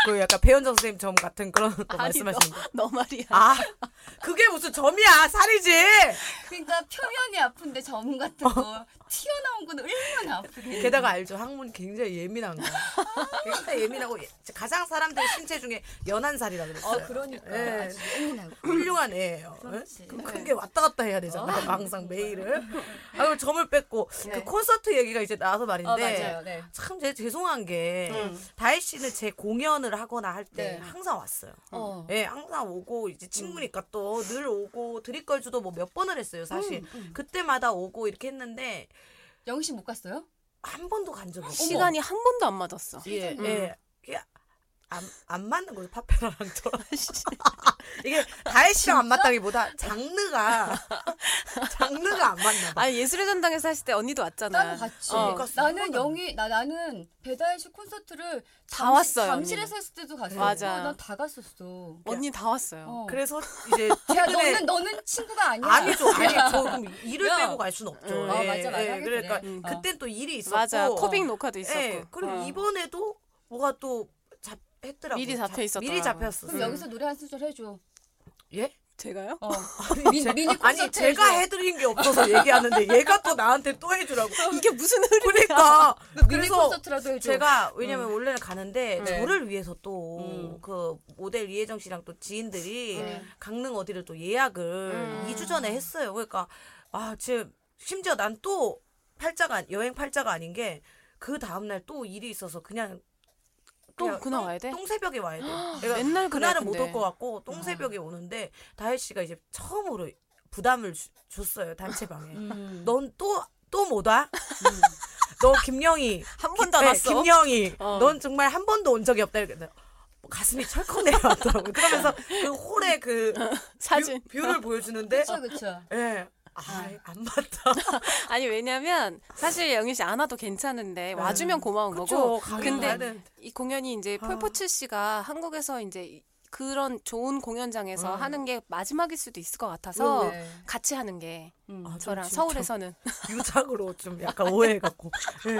Speaker 1: 그 약간 배현정 선생님 점 같은 그런 거
Speaker 4: 아니,
Speaker 1: 말씀하시는 거.
Speaker 4: 너 말이야.
Speaker 1: 아 그게 무슨 점이야 살이지.
Speaker 3: 그러니까 표면이 아픈데 점 같은 거 튀어나온 건 얼마나 아프겠니?
Speaker 1: 게다가 알죠 항문 굉장히 예민한 거. 예. 굉장히 예민하고 예- 가장 사람들 신체 중에 연한 살이라
Speaker 3: 어
Speaker 1: 그랬어요.
Speaker 3: 그러니까
Speaker 1: 예.
Speaker 4: 네.
Speaker 3: 아주 예민하고
Speaker 1: 훌륭한 애예요.
Speaker 3: 그렇지.
Speaker 1: 큰 게 왔다 갔다 해야 되잖아. 요 항상 매일을. 아, 그리고 점을 뺐고 그
Speaker 4: 네.
Speaker 1: 콘서트 얘기가 이제 나와서
Speaker 3: 어
Speaker 1: 말인데
Speaker 3: 맞아요. 네.
Speaker 1: 참 제 죄송한 게
Speaker 3: 음.
Speaker 1: 다혜 씨는 제 공연을 하거나 할 때
Speaker 3: 네.
Speaker 1: 항상 왔어요.
Speaker 3: 어.
Speaker 1: 예, 항상 오고 이제 친구니까 또 늘 오고 드립걸주도 뭐 몇 번을 했어요, 사실.
Speaker 3: 음, 음.
Speaker 1: 그때마다 오고 이렇게 했는데
Speaker 3: 영희 씨 못 갔어요?
Speaker 1: 한 번도 간 적이 없어요.
Speaker 4: 시간이 한 번도 안 맞았어.
Speaker 1: 예,
Speaker 3: 음.
Speaker 1: 예. 이게 안, 안 맞는 거죠, 파페라랑
Speaker 3: (laughs)
Speaker 1: 저랑.
Speaker 3: 아,
Speaker 1: (laughs) 이게 다혜 씨랑 안 맞다기보다
Speaker 3: (laughs)
Speaker 1: 장르가, 장르가 안 맞나 봐.
Speaker 4: 아 예술의 전당에서 하실 때 언니도 왔잖아.
Speaker 3: 따로 같이.
Speaker 4: 어.
Speaker 1: 네. 갔어.
Speaker 3: 나는 영희 나 나는 배다혜 씨 콘서트를
Speaker 4: 다 왔어요,
Speaker 3: 잠실에서 했을 때도 갔어.
Speaker 4: 맞아.
Speaker 3: 난다 갔었어.
Speaker 4: 언니 다 왔어요.
Speaker 3: 어.
Speaker 1: 그래서 이제
Speaker 3: 야
Speaker 1: 최근에
Speaker 3: 너는 너는 친구가 아니야.
Speaker 1: 아니죠, 아니 저 그럼 일을
Speaker 3: 야.
Speaker 1: 빼고 갈 수는 없죠.
Speaker 4: 음.
Speaker 1: 예,
Speaker 3: 어, 맞아, 맞아.
Speaker 1: 예,
Speaker 3: 하긴
Speaker 1: 그러니까
Speaker 3: 그래. 음.
Speaker 1: 그땐 또 일이 있었고,
Speaker 4: 맞아. 코빅 녹화도 있었고.
Speaker 1: 예, 그리고
Speaker 4: 어.
Speaker 1: 이번에도 뭐가 또 잡, 했더라고.
Speaker 4: 미리 잡혀 있었더라고요.
Speaker 1: 미리 잡혔어.
Speaker 3: 그럼 여기서 노래 한 소절 해줘.
Speaker 1: 예?
Speaker 4: 제가요?
Speaker 3: 어. 미, 미니 콘서트
Speaker 1: 아, 아니 제가
Speaker 3: 해줘.
Speaker 1: 해드린 게 없어서 얘기하는데 얘가 또 나한테 또 해주라고.
Speaker 4: 이게 무슨 흐름이야?
Speaker 1: 어. 그러니까
Speaker 3: 미니
Speaker 1: 그래서
Speaker 3: 콘서트라도 해줘.
Speaker 1: 제가 왜냐면
Speaker 4: 음.
Speaker 1: 원래는 가는데
Speaker 3: 네.
Speaker 1: 저를 위해서 또
Speaker 3: 음.
Speaker 1: 그 모델 이혜정 씨랑 또 지인들이
Speaker 4: 음.
Speaker 1: 강릉 어디를 또 예약을
Speaker 4: 음.
Speaker 1: 2주 전에 했어요. 그러니까 아 지금 심지어 난 또 팔자가 아니- 여행 팔자가 아닌 게 그 다음 날 또 일이 있어서 그냥
Speaker 4: 또
Speaker 1: 그냥
Speaker 4: 그날
Speaker 1: 똥-
Speaker 4: 와야 돼?
Speaker 1: 똥 새벽에 와야 돼.
Speaker 4: (gasps)
Speaker 1: 그러니까
Speaker 4: 맨날 그래,
Speaker 1: 그날은 못
Speaker 4: 근데. 음.
Speaker 1: 올 것 같고 똥 새벽에 오는데 다혜 씨가 이제 처음으로 부담을 주- 줬어요 단체방에.
Speaker 3: 음.
Speaker 1: 넌 또 또 못
Speaker 4: (laughs)
Speaker 1: 와? 음. 너 김영희
Speaker 4: 한 번도 안
Speaker 1: 네,
Speaker 4: 왔어.
Speaker 1: 김영희,
Speaker 4: 어.
Speaker 1: 넌 정말 한 번도 온 적이 없다 이렇게. 뭐 가슴이 철컥 내려왔더라고. 요 그러면서 그 홀의 그
Speaker 4: 사진. 어.
Speaker 1: 뷰, 뷰를 보여주는데,
Speaker 3: 그쵸 그쵸.
Speaker 1: 예, 아, 안 맞다.
Speaker 4: 아니 왜냐면 사실 영희 씨 안 와도 괜찮은데 와주면 고마운
Speaker 1: 네. 그쵸,
Speaker 4: 거고.
Speaker 1: 가긴 가야
Speaker 4: 근데
Speaker 1: 되는데.
Speaker 4: 이 공연이 이제
Speaker 1: 아.
Speaker 4: 폴포츠 씨가 한국에서 이제 이- 그런 좋은 공연장에서
Speaker 1: 음.
Speaker 4: 하는 게 마지막일 수도 있을 것 같아서
Speaker 3: 네.
Speaker 4: 같이 하는 게
Speaker 3: 음.
Speaker 1: 아, 좀
Speaker 4: 저랑
Speaker 1: 진짜
Speaker 4: 서울에서는 (laughs)
Speaker 1: 유작으로 좀 약간 오해해갖고, 예,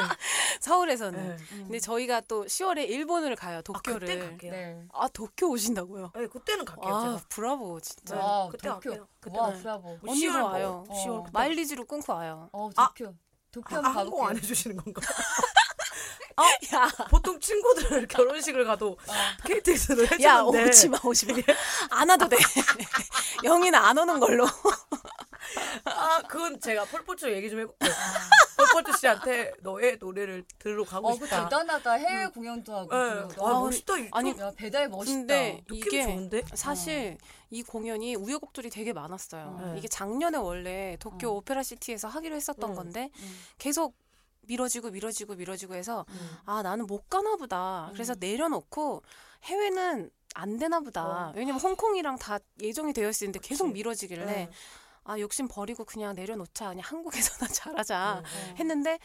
Speaker 4: 서울에서는.
Speaker 1: 예.
Speaker 4: 근데 저희가 또 10월에 일본을 가요
Speaker 1: 아, 그때
Speaker 4: 도쿄를.
Speaker 1: 갈게요.
Speaker 3: 네.
Speaker 4: 아, 도쿄 오신다고요?
Speaker 1: 예, 그때는 갈게요.
Speaker 4: 아
Speaker 1: 제가.
Speaker 4: 브라보 진짜.
Speaker 1: 와, 네, 그때
Speaker 3: 도쿄.
Speaker 1: 갈게요. 그때
Speaker 3: 와
Speaker 4: 갈게요.
Speaker 3: 브라보.
Speaker 1: 뭐
Speaker 4: 언니도
Speaker 1: 10월
Speaker 4: 와요.
Speaker 1: 뭐, 10월
Speaker 3: 어.
Speaker 1: 그때.
Speaker 4: 마일리지로 끊고 와요.
Speaker 3: 어
Speaker 1: 아.
Speaker 3: 도쿄. 도쿄
Speaker 1: 아,
Speaker 3: 한번
Speaker 1: 항공 안
Speaker 3: 가볼게.
Speaker 1: 해주시는 건가? 어?
Speaker 4: 야,
Speaker 1: 보통 친구들 (laughs) 결혼식을 가도 KTX로 해주는데.
Speaker 4: 어. 야 어, 오지 마 오지 마안
Speaker 1: (laughs)
Speaker 4: 와도 돼. (laughs) 영희는 안 오는 걸로.
Speaker 1: 아, 그건 제가 폴포츠 얘기 좀 해볼게요.
Speaker 4: 아.
Speaker 1: 폴포츠 씨한테 너의 노래를 들으러 가고
Speaker 3: 어, 그
Speaker 1: 싶다.
Speaker 3: 대단하다. 해외 공연도 하고.
Speaker 1: 예.
Speaker 3: 그러고.
Speaker 1: 아,
Speaker 4: 아,
Speaker 1: 멋있다. 이-
Speaker 4: 아니,
Speaker 3: 야, 배달 멋있다.
Speaker 4: 근데
Speaker 1: 느낌이
Speaker 4: 이게
Speaker 1: 좋은데?
Speaker 4: 사실 이 공연이 우여곡절이 되게 많았어요.
Speaker 1: 어. 네. 어.
Speaker 4: 이게 작년에 원래 도쿄
Speaker 3: 음.
Speaker 4: 오페라 시티에서 하기로 했었던
Speaker 1: 음.
Speaker 4: 건데
Speaker 3: 음.
Speaker 4: 계속 미뤄지고 미뤄지고 미뤄지고 해서
Speaker 1: 음.
Speaker 4: 아 나는 못 가나 보다.
Speaker 1: 네.
Speaker 4: 그래서
Speaker 3: 음.
Speaker 4: 내려놓고 해외는 안 되나 보다.
Speaker 1: 어.
Speaker 4: 왜냐면 홍콩이랑 다 예정이 되어 있었는데
Speaker 1: 그치.
Speaker 4: 계속
Speaker 1: 예. 네.
Speaker 4: 미뤄지길래 아 욕심 버리고 그냥 내려놓자. 그냥 한국에서나 (laughs) 잘하자.
Speaker 1: 음.
Speaker 3: 어.
Speaker 4: 했는데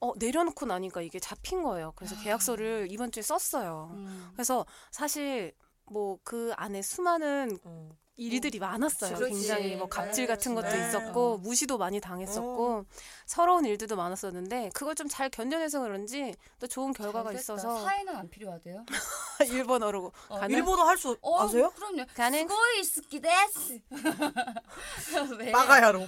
Speaker 4: 어 내려놓고 나니까 이게 잡힌 거예요.
Speaker 1: 아.
Speaker 4: 그래서 계약서를 이번 주에 썼어요.
Speaker 3: 음.
Speaker 4: 그래서 사실 뭐 그 안에 수많은
Speaker 1: 음.
Speaker 4: 일들이 많았어요.
Speaker 3: 그렇지.
Speaker 4: 굉장히 뭐 갑질 같은 것도
Speaker 1: 네.
Speaker 4: 있었고 무시도 많이 당했었고 서러운 일들도 많았었는데 그걸 좀 잘 견뎌내서 그런지 또 좋은 결과가
Speaker 3: 잘 됐다.
Speaker 4: 있어서 아,
Speaker 3: 사회는 안 필요하대요.
Speaker 4: 일본어로
Speaker 3: 어,
Speaker 4: 가는
Speaker 1: 일본어 할 수
Speaker 3: 어,
Speaker 1: 아세요?
Speaker 3: 그럼요.
Speaker 4: 가능?
Speaker 3: 스고이
Speaker 4: (laughs)
Speaker 3: 스키데스.
Speaker 4: 네.
Speaker 3: 왜?
Speaker 1: 빠가야로.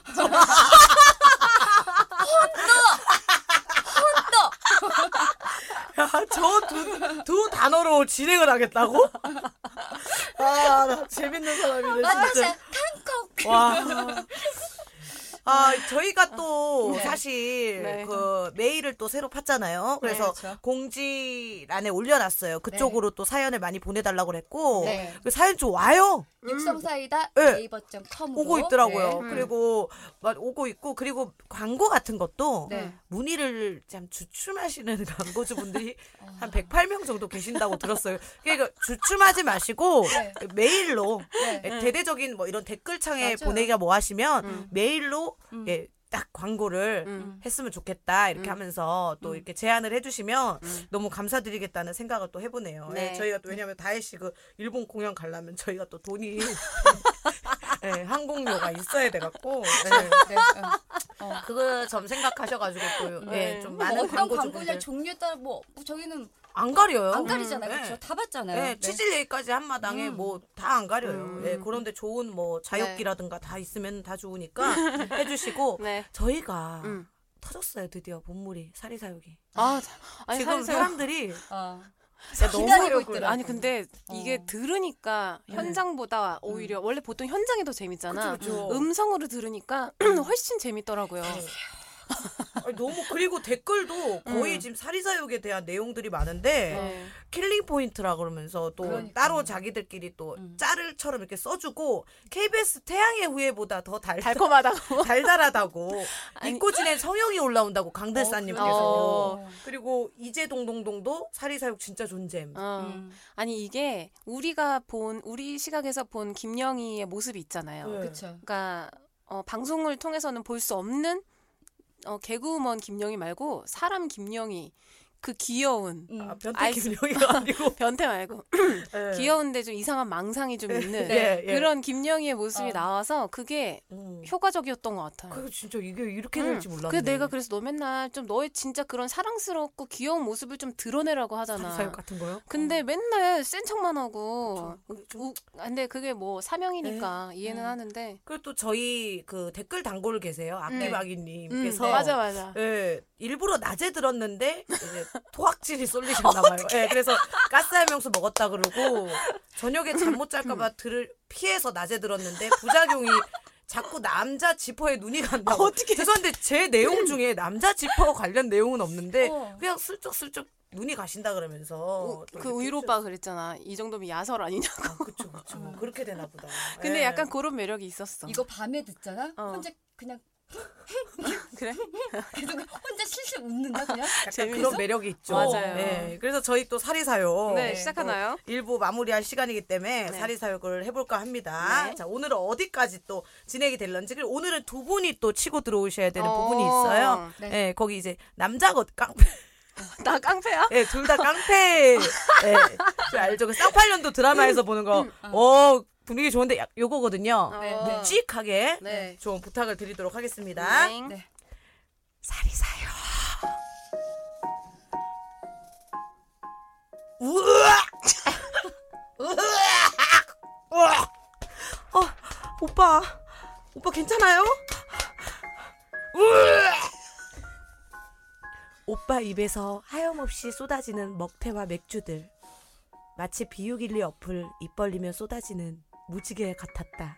Speaker 1: 저두 두 단어로 진행을 하겠다고?
Speaker 4: (laughs)
Speaker 1: 아, 나 재밌는 사람이네
Speaker 3: 맞아.
Speaker 1: 진짜.
Speaker 3: 한국.
Speaker 1: 와. (laughs) 아, 저희가 또
Speaker 4: 네.
Speaker 1: 사실
Speaker 4: 네.
Speaker 1: 그 메일을 또 새로 팠잖아요. 그래서
Speaker 3: 그렇죠.
Speaker 1: 공지란에 올려놨어요. 그쪽으로 또 사연을 많이 보내달라고 그랬고
Speaker 3: 네.
Speaker 1: 그 사연 좀 와요.
Speaker 3: (laughs) 육성사이다
Speaker 1: 네.
Speaker 3: 뭐? 네이버.com으로 음.
Speaker 1: 오고 있더라고요.
Speaker 4: 네.
Speaker 1: 그리고 막 오고 있고 그리고 광고 같은 것도
Speaker 3: 네.
Speaker 1: 문의를 참 주춤하시는 (laughs) 광고주분들이
Speaker 3: 아.
Speaker 1: 한 108명 정도 계신다고 들었어요. 그러니까 주춤하지 마시고
Speaker 3: 네.
Speaker 1: 메일로
Speaker 3: 네.
Speaker 1: 예, 대대적인 뭐 이런 댓글창에
Speaker 3: 맞아요.
Speaker 1: 보내기가 뭐 하시면
Speaker 4: 음.
Speaker 1: 메일로
Speaker 3: 음.
Speaker 1: 예, 딱 광고를
Speaker 4: 음.
Speaker 1: 했으면 좋겠다 이렇게
Speaker 4: 음.
Speaker 1: 하면서 또
Speaker 3: 음.
Speaker 1: 이렇게 제안을 해주시면
Speaker 4: 음.
Speaker 1: 너무 감사드리겠다는 생각을 또 해보네요.
Speaker 4: 네.
Speaker 1: 예, 저희가 또 왜냐하면 다혜 씨그 일본 공연 가려면 저희가 또 (laughs) 돈이 예, 항공료가 있어야 돼갖고 예.
Speaker 3: 네. 어.
Speaker 1: 그거 점 생각하셔가지고 또좀
Speaker 4: 네.
Speaker 1: 음. 많은
Speaker 3: 어떤
Speaker 1: 뭐 광고주분들
Speaker 3: 광고냐 종류에 따라 뭐 저희는
Speaker 1: 안 가려요.
Speaker 3: 안 가리잖아요.
Speaker 1: 음, 예.
Speaker 3: 그렇죠. 다 봤잖아요.
Speaker 1: 네, 취질 얘기까지 한 마당에
Speaker 3: 음.
Speaker 1: 뭐 다 안 가려요.
Speaker 4: 음.
Speaker 1: 네, 그런데 좋은 뭐 자욕기라든가 다 있으면 다 좋으니까 (laughs) 해주시고
Speaker 4: 네.
Speaker 1: 저희가
Speaker 4: 음.
Speaker 1: 터졌어요 드디어 본물이 사리사욕이.
Speaker 4: 아, 아니
Speaker 1: 지금
Speaker 4: 사실
Speaker 1: 사람들이
Speaker 3: 어.
Speaker 1: 진짜
Speaker 3: 기다리고
Speaker 1: 너무
Speaker 3: 있더라.
Speaker 4: 아니 근데 이게
Speaker 3: 어.
Speaker 4: 들으니까 현장보다 오히려 원래 보통 현장이 더 재밌잖아. 음.
Speaker 1: 그쵸, 그쵸.
Speaker 4: 음성으로 들으니까 (clears throat) 훨씬 재밌더라고요.
Speaker 1: 아니, 너무 그리고 댓글도 거의
Speaker 4: 음.
Speaker 1: 지금 사리사욕에 대한 내용들이 많은데
Speaker 4: 네.
Speaker 1: 킬링 포인트라 그러면서 또
Speaker 3: 그러니까요.
Speaker 1: 따로 자기들끼리 또
Speaker 3: 음.
Speaker 1: 짤을처럼 이렇게 써주고 KBS 태양의 후예보다 더 달, (laughs)
Speaker 4: 달콤하다고.
Speaker 1: 달달하다고
Speaker 4: 아니.
Speaker 1: 잊고 지낸 성형이 올라온다고
Speaker 3: 어,
Speaker 1: 강들사님께서
Speaker 4: 어.
Speaker 1: 그리고 이재동동동도 사리사욕 진짜 존잼
Speaker 4: 어.
Speaker 3: 음.
Speaker 4: 아니 이게 우리가 본 우리 시각에서 본 김영희의 모습이 있잖아요.
Speaker 1: 네.
Speaker 3: 그렇죠.
Speaker 4: 그러니까 어, 방송을 통해서는 볼 수 없는 어, 개그우먼 김영희 말고 사람 김영희 그 귀여운
Speaker 3: 음.
Speaker 1: 아, 변태
Speaker 4: 알수-
Speaker 1: 김영희가
Speaker 4: (laughs)
Speaker 1: 아니고
Speaker 4: 변태 말고
Speaker 1: 예.
Speaker 4: 귀여운데 좀 이상한 망상이 좀 있는
Speaker 1: 예, 예.
Speaker 4: 그런 김영희의 모습이
Speaker 3: 어.
Speaker 4: 나와서 그게
Speaker 1: 음.
Speaker 4: 효과적이었던 것 같아요.
Speaker 1: 그 진짜 이게 이렇게
Speaker 4: 응.
Speaker 1: 될지 몰랐네
Speaker 4: 그 내가 그래서 너 맨날 좀 너의 진짜 그런 사랑스럽고 귀여운 모습을 좀 드러내라고 하잖아.
Speaker 1: 사리사욕 같은 거요?
Speaker 4: 근데 맨날 센 척만 하고.
Speaker 1: 어. 그쵸. 네. 그게 좀-
Speaker 4: 우- 근데 그게 뭐 사명이니까 이해는
Speaker 3: 음.
Speaker 4: 하는데.
Speaker 1: 그리고 또 저희 그 댓글 단골 계세요
Speaker 4: 음,
Speaker 1: 악기박이님께서
Speaker 4: 맞아 맞아.
Speaker 1: 예, 일부러 낮에 들었는데 이제 토악질이 쏠리셨나봐요. 예, 그래서 가스알명수 먹었다 그러고 저녁에 잠 못 잘까봐 들을 피해서 낮에 들었는데 부작용이 자꾸 남자 지퍼에 눈이 간다고.
Speaker 4: 아,
Speaker 1: 어떻게? 죄송한데 제 내용 중에 남자 지퍼 관련 내용은 없는데
Speaker 3: 어.
Speaker 1: 그냥 슬쩍슬쩍 눈이 가신다 어, 그러면서
Speaker 4: 우- 그 우유 오빠 그랬잖아. 이 정도면 야설 아니냐고. (laughs)
Speaker 1: 아, 그쵸 그쵸 그렇게 되나 보다.
Speaker 4: 근데
Speaker 1: 예.
Speaker 4: 약간 그런 매력이 있었어.
Speaker 3: 이거 밤에 듣잖아.
Speaker 4: 어.
Speaker 3: 혼자 그냥
Speaker 4: (laughs) 그래?
Speaker 3: (laughs) 계속 혼자 실실 웃는다
Speaker 4: (laughs)
Speaker 3: 그냥.
Speaker 1: 약간
Speaker 4: 재밌어?
Speaker 1: 그런 매력이 있죠.
Speaker 4: 맞아요.
Speaker 1: 예, 그래서 저희 또 사리사요.
Speaker 4: 네, 시작하나요?
Speaker 1: 일부 마무리할 시간이기 때문에
Speaker 4: 네.
Speaker 1: 사리사욕을 해볼까 합니다.
Speaker 4: 네.
Speaker 1: 자, 오늘은 어디까지 또 진행이 될런지 그리고 오늘은 두 분이 또 치고 들어오셔야 되는
Speaker 4: 어.
Speaker 1: 부분이 있어요.
Speaker 3: 네.
Speaker 1: 예, 거기 이제 남자가 깡패, (laughs)
Speaker 4: (laughs) 나 깡패야?
Speaker 1: 예, 둘 다 깡패, 예, 저 알죠? 그 쌍팔년도 드라마에서 보는 거, 어 분위기 좋은데 약- 요거거든요.
Speaker 4: 음. 어.
Speaker 3: 네.
Speaker 1: 묵직하게
Speaker 4: 네.
Speaker 1: 좀 부탁을 드리도록 하겠습니다.
Speaker 4: 네.
Speaker 3: 네.
Speaker 1: 사리사요. 우악! (laughs) 우악! 어, 오빠. 오빠 괜찮아요? 우악! 오빠 입에서 하염없이 쏟아지는 먹태와 맥주들. 마치 비우길리 옆을 입 벌리며 쏟아지는 무지개 같았다.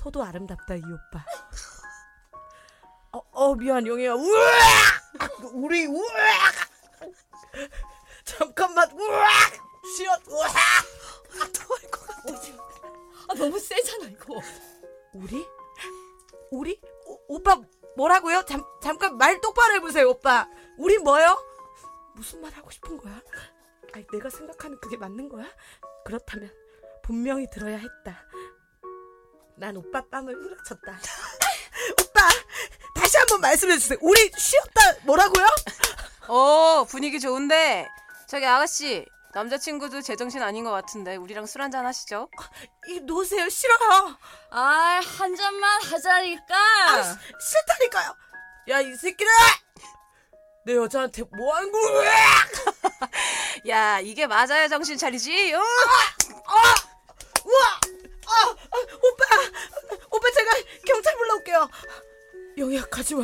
Speaker 1: 토도 아름답다 이 오빠. 어, 어 미안 영희야 우악 우리 우악 잠깐만 우악 쉬어 우악
Speaker 3: 아 너무 세잖아 이거.
Speaker 1: 우리 우리 오, 오빠 뭐라고요 잠 잠깐 말 똑바로 해보세요 오빠 우리 뭐요 무슨 말 하고 싶은 거야 아니 내가 생각하는 그게 맞는 거야 그렇다면 분명히 들어야 했다 난 오빠 빵을 후려쳤다 (laughs) 오빠 다시 한번 말씀해 주세요 우리 쉬었다 뭐라고요
Speaker 4: 오 분위기 좋은데 저기 아가씨 남자친구도 제정신 아닌 것 같은데 우리랑 술 한잔 하시죠? (laughs)
Speaker 1: 이 놓으세요 싫어요
Speaker 3: 아, 한 잔만 하자니까.
Speaker 1: 싫다니까요 야 이 새끼들 내 여자한테 뭐 하는 거야
Speaker 4: 야 이게 맞아야 정신 차리지. 어?
Speaker 1: 아! 우와 아, 아 오빠 오빠 제가 경찰 불러올게요 영희야 가지마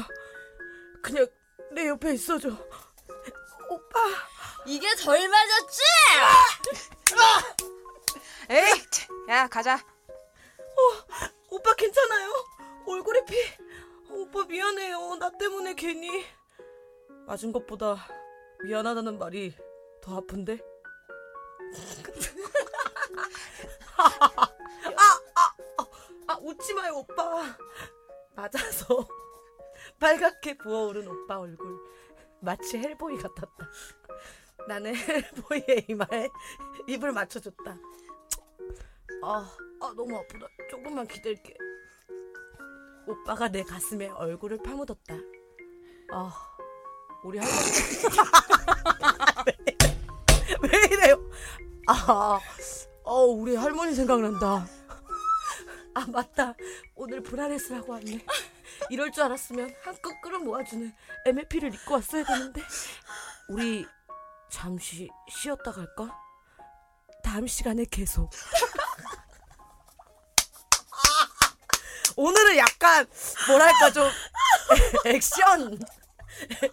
Speaker 1: 그냥 내 옆에 있어줘 오빠
Speaker 3: 이게 덜 맞았지?
Speaker 4: 에이 참. 야 가자.
Speaker 1: 오빠 괜찮아요 얼굴에 피. 아, 오빠 미안해요. 나 때문에 괜히. 맞은 것보다 미안하다는 말이 더 아픈데? 아, 아, 아, 아, 웃지 마요, 오빠. 맞아서 빨갛게 부어오른 오빠 얼굴. 마치 헬보이 같았다. 나는 헬보이의 이마에 입을 맞춰줬다. 아, 아 너무 아프다. 조금만 기댈게. 오빠가 내 가슴에 얼굴을 파묻었다. 아, 우리 할머니. 왜, (laughs) 왜 이래요? 아, 어, 우리 할머니 생각난다. (laughs) 아, 맞다. 오늘 브라렛스라고 왔네. 이럴 줄 알았으면 한껏 끌어모아주는 MFP를 입고 왔어야 되는데. 우리 잠시 쉬었다 갈까? 다음 시간에 계속. (laughs) 오늘은 약간 뭐랄까 좀 (laughs) 액션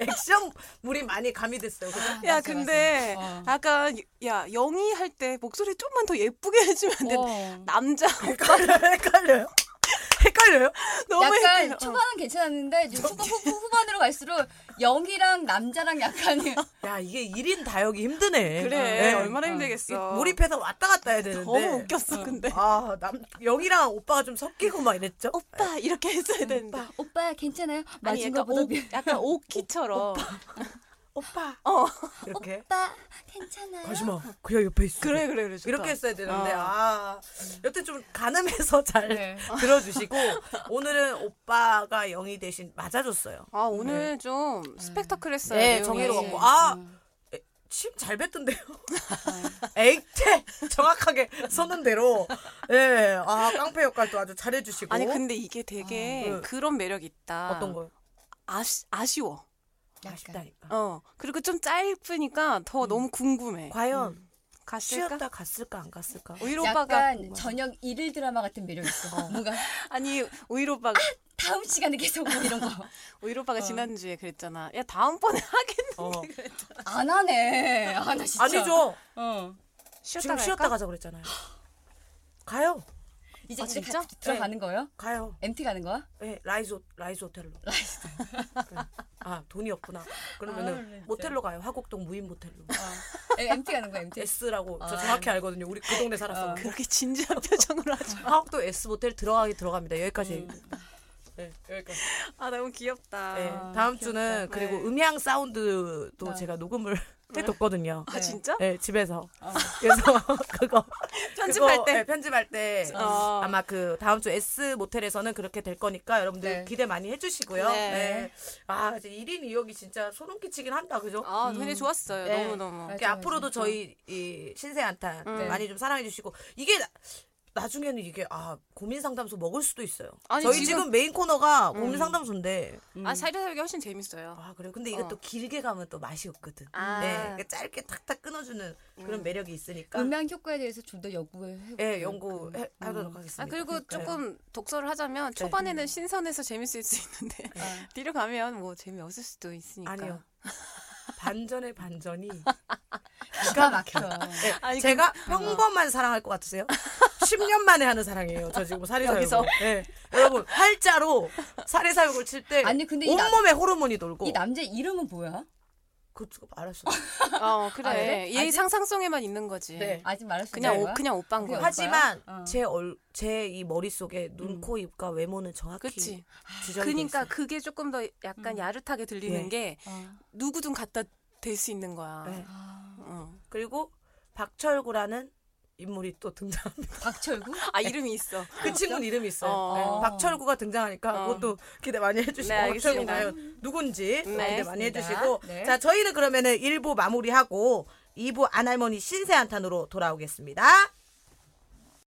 Speaker 1: 액션 물이 많이 가미됐어요. 그죠? (laughs)
Speaker 4: 야 근데
Speaker 1: 어.
Speaker 4: 아까 야 영희 할 때 목소리 좀만 더 예쁘게 (laughs) 해주면 안 돼.
Speaker 1: 어.
Speaker 3: 어.
Speaker 4: 남자 (laughs)
Speaker 1: 헷갈려요. 헷갈려요. 헷갈려요?
Speaker 4: 너무
Speaker 3: 약간
Speaker 4: 헷갈려. 어.
Speaker 3: 초반은 괜찮았는데 이제 초반 후, 후- 후반으로 갈수록 영이랑 남자랑
Speaker 4: (laughs)
Speaker 3: 약간
Speaker 4: 어.
Speaker 1: 야 이게 1인 다역이 힘드네.
Speaker 4: 그래
Speaker 1: 네.
Speaker 4: 얼마나
Speaker 3: 어.
Speaker 1: 이
Speaker 4: 힘들겠어.
Speaker 1: 몰입해서 왔다 갔다 해야 되는데.
Speaker 4: 너무 웃겼어 근데.
Speaker 1: 아, 남 영이랑 오빠가 좀 섞이고 막 이랬죠?
Speaker 4: 오빠 이렇게 했어야 되는데.
Speaker 3: 오빠 괜찮아요?
Speaker 4: 아니
Speaker 3: 맞은
Speaker 4: 약간
Speaker 3: 거보다
Speaker 4: 오,
Speaker 1: (laughs)
Speaker 4: 약간 오키처럼.
Speaker 1: 오빠.
Speaker 4: 어.
Speaker 1: 이렇게.
Speaker 3: 오빠 괜찮아요?
Speaker 1: 가지마. 그냥 옆에 있어.
Speaker 4: 그래 그래 그래. 좋다.
Speaker 1: 이렇게 했어야 되는데
Speaker 4: 어.
Speaker 1: 아 여튼 좀 가늠해서 잘
Speaker 3: 네.
Speaker 1: (laughs) 들어주시고 오늘은 오빠가 영이 대신 맞아줬어요.
Speaker 4: 아 오늘 좀 스펙타클했어요.
Speaker 1: 음. 네,
Speaker 4: 내용이.
Speaker 1: 정의로
Speaker 3: 네.
Speaker 1: 먹고. 아!
Speaker 3: 음.
Speaker 1: 침 잘 뱉던데요.
Speaker 4: 음.
Speaker 1: (laughs) 에이테 정확하게 (laughs) 서는 대로 네, 예아 깡패 역할도 아주 잘해주시고
Speaker 4: 아니 근데 이게 되게
Speaker 1: 아, 네.
Speaker 4: 그런 매력 이 있다.
Speaker 1: 어떤 거요?
Speaker 4: 아시, 아쉬워.
Speaker 3: 약간.
Speaker 1: 아쉽다니까. 음.
Speaker 4: 어 그리고 좀 짧으니까 더 너무 궁금해.
Speaker 1: 과연
Speaker 3: 음,
Speaker 4: 갔을까?
Speaker 1: 쉬었다 갔을까 안 갔을까?
Speaker 3: 어,
Speaker 4: 오일 오빠가 뭐.
Speaker 3: 약간 저녁 일일 드라마 같은 매력 있어. 뭔가
Speaker 4: 아니 오일 오빠가
Speaker 3: 다음 시간에 계속 뭐 이런 거 안
Speaker 4: 오일 오빠가 지난주에 그랬잖아. 야 다음번에 하겠네.
Speaker 1: 어.
Speaker 3: 하네. 아나 진짜.
Speaker 1: 아니죠.
Speaker 3: 어.
Speaker 4: 쉬었다
Speaker 1: 지금
Speaker 4: 갈까?
Speaker 1: 쉬었다 가자 그랬잖아요. 가요.
Speaker 3: 이제
Speaker 4: 아,
Speaker 3: 이제
Speaker 4: 진짜?
Speaker 3: 가, 들어가는 거예요?
Speaker 1: 가요.
Speaker 3: MT 가는 거야?
Speaker 1: 예, 라이즈 라이즈
Speaker 3: (laughs)
Speaker 1: 호텔로. 그래. 아 돈이 없구나.
Speaker 3: 아,
Speaker 1: 그러면은
Speaker 3: 진짜.
Speaker 1: 모텔로 가요. 화곡동 무인
Speaker 3: (laughs)
Speaker 1: 모텔로.
Speaker 3: 어. 에, MT 가는 거야, MT.
Speaker 1: S라고 저
Speaker 3: 아.
Speaker 1: 정확히 알거든요. 우리 그 동네 살았어.
Speaker 3: 어.
Speaker 4: 그렇게 진지한 표정으로 하지.
Speaker 1: (laughs) 화곡동 S 모텔 들어가기 들어갑니다. 여기까지. 네, 여기까지.
Speaker 4: 아 너무 귀엽다.
Speaker 1: 네,
Speaker 3: 음. 아,
Speaker 1: 다음
Speaker 3: 귀엽다.
Speaker 1: 주는 그리고
Speaker 4: 네.
Speaker 1: 음향 사운드도
Speaker 3: 네.
Speaker 1: 제가 녹음을 해뒀거든요.
Speaker 4: 아
Speaker 3: 네.
Speaker 4: 진짜?
Speaker 1: 네, 집에서.
Speaker 3: 어.
Speaker 1: 그래서 (laughs) 그거
Speaker 4: (laughs) 편집할
Speaker 1: 그거,
Speaker 4: 때.
Speaker 1: 네, 편집할 때
Speaker 4: 어.
Speaker 1: 아마 그 다음 주 S 모텔에서는 그렇게 될 거니까 여러분들
Speaker 3: 네.
Speaker 1: 기대 많이 해주시고요.
Speaker 4: 네.
Speaker 1: 네. 아 이제 1인 2역이 진짜 소름 끼치긴 한다, 그죠?
Speaker 4: 아 근데 좋았어요.
Speaker 1: 네.
Speaker 4: 너무 너무.
Speaker 1: 이렇게
Speaker 3: 맞아요,
Speaker 1: 앞으로도
Speaker 3: 진짜.
Speaker 1: 저희 이 신세한탄
Speaker 4: 음.
Speaker 1: 많이 좀 사랑해 주시고 이게 나- 나중에는 이게 아 고민 상담소 먹을 수도 있어요.
Speaker 4: 아니,
Speaker 1: 저희 지금,
Speaker 4: 지금- 음.
Speaker 1: 메인 코너가 고민 상담소인데
Speaker 4: 아 사이다살기 훨씬 재밌어요.
Speaker 1: 아 그래 근데 이게
Speaker 4: 어.
Speaker 1: 또 길게 가면 또 맛이 없거든.
Speaker 4: 아. 음.
Speaker 1: 네, 그러니까 짧게 탁탁 끊어주는 그런 매력이 있으니까
Speaker 3: 음향 효과에 대해서 좀 더 연구해
Speaker 1: 예
Speaker 3: 음.
Speaker 1: 연구하도록 하겠습니다.
Speaker 4: 아 그리고
Speaker 1: 그러니까요.
Speaker 4: 조금 독서를 하자면 초반에는 신선해서 재밌을 수 있는데 (laughs) 뒤로 가면 뭐 재미 없을 수도 있으니까.
Speaker 1: 아니요.
Speaker 4: 그러니까.
Speaker 1: 반전의
Speaker 4: (laughs)
Speaker 1: 반전이
Speaker 3: 아, 기가 막혀.
Speaker 1: 네,
Speaker 4: 아니, 어.
Speaker 1: 제가 평범한 사랑할 것
Speaker 4: (laughs)
Speaker 1: 같으세요? 10년 만에 하는 사랑이에요. 저 지금
Speaker 4: 여기서?
Speaker 1: 사리사욕. 네. 여러분 활자로 사리사욕을 칠 때
Speaker 3: 네. 아니, 근데 이 남-
Speaker 1: 온몸에 호르몬이 돌고
Speaker 3: 이 남자 이름은 뭐야?
Speaker 1: 그거 알았어.
Speaker 4: 어 그래.
Speaker 3: 아, 그래?
Speaker 4: 얘
Speaker 3: 아직-
Speaker 4: 상상성에만 있는 거지.
Speaker 1: 네.
Speaker 3: 아직 말할 수
Speaker 4: 그냥
Speaker 3: 있는
Speaker 4: 오,
Speaker 3: 거야?
Speaker 4: 그냥 오빠인 거야.
Speaker 1: 하지만
Speaker 3: 어.
Speaker 1: 제얼제이 머릿속에 눈,
Speaker 3: 음.
Speaker 1: 코, 입과 외모는 정확히
Speaker 4: 그치.
Speaker 1: 지정이
Speaker 4: 그니까
Speaker 1: 그러니까
Speaker 4: 그게 조금 더 약간
Speaker 3: 음.
Speaker 4: 야릇하게 들리는
Speaker 1: 예.
Speaker 4: 게
Speaker 3: 어.
Speaker 4: 누구든 갖다 댈 수 있는 거야.
Speaker 1: 네.
Speaker 3: 아,
Speaker 4: 어.
Speaker 1: 그리고 박철구라는 인물이 또 등장합니다.
Speaker 3: 박철구?
Speaker 4: 아 이름이 있어.
Speaker 1: 그 친구는 이름이 있어요.
Speaker 4: 어.
Speaker 1: 네. 박철구가 등장하니까
Speaker 4: 어.
Speaker 1: 그것도 기대 많이 해주시고
Speaker 4: 네,
Speaker 1: 박철구
Speaker 4: 알겠습니다. 네,
Speaker 1: 과연 누군지 또 기대 많이
Speaker 3: 알겠습니다.
Speaker 1: 해주시고
Speaker 3: 네.
Speaker 1: 자 저희는 그러면은 1부 마무리하고 2부 안할머니 신세한탄으로 돌아오겠습니다.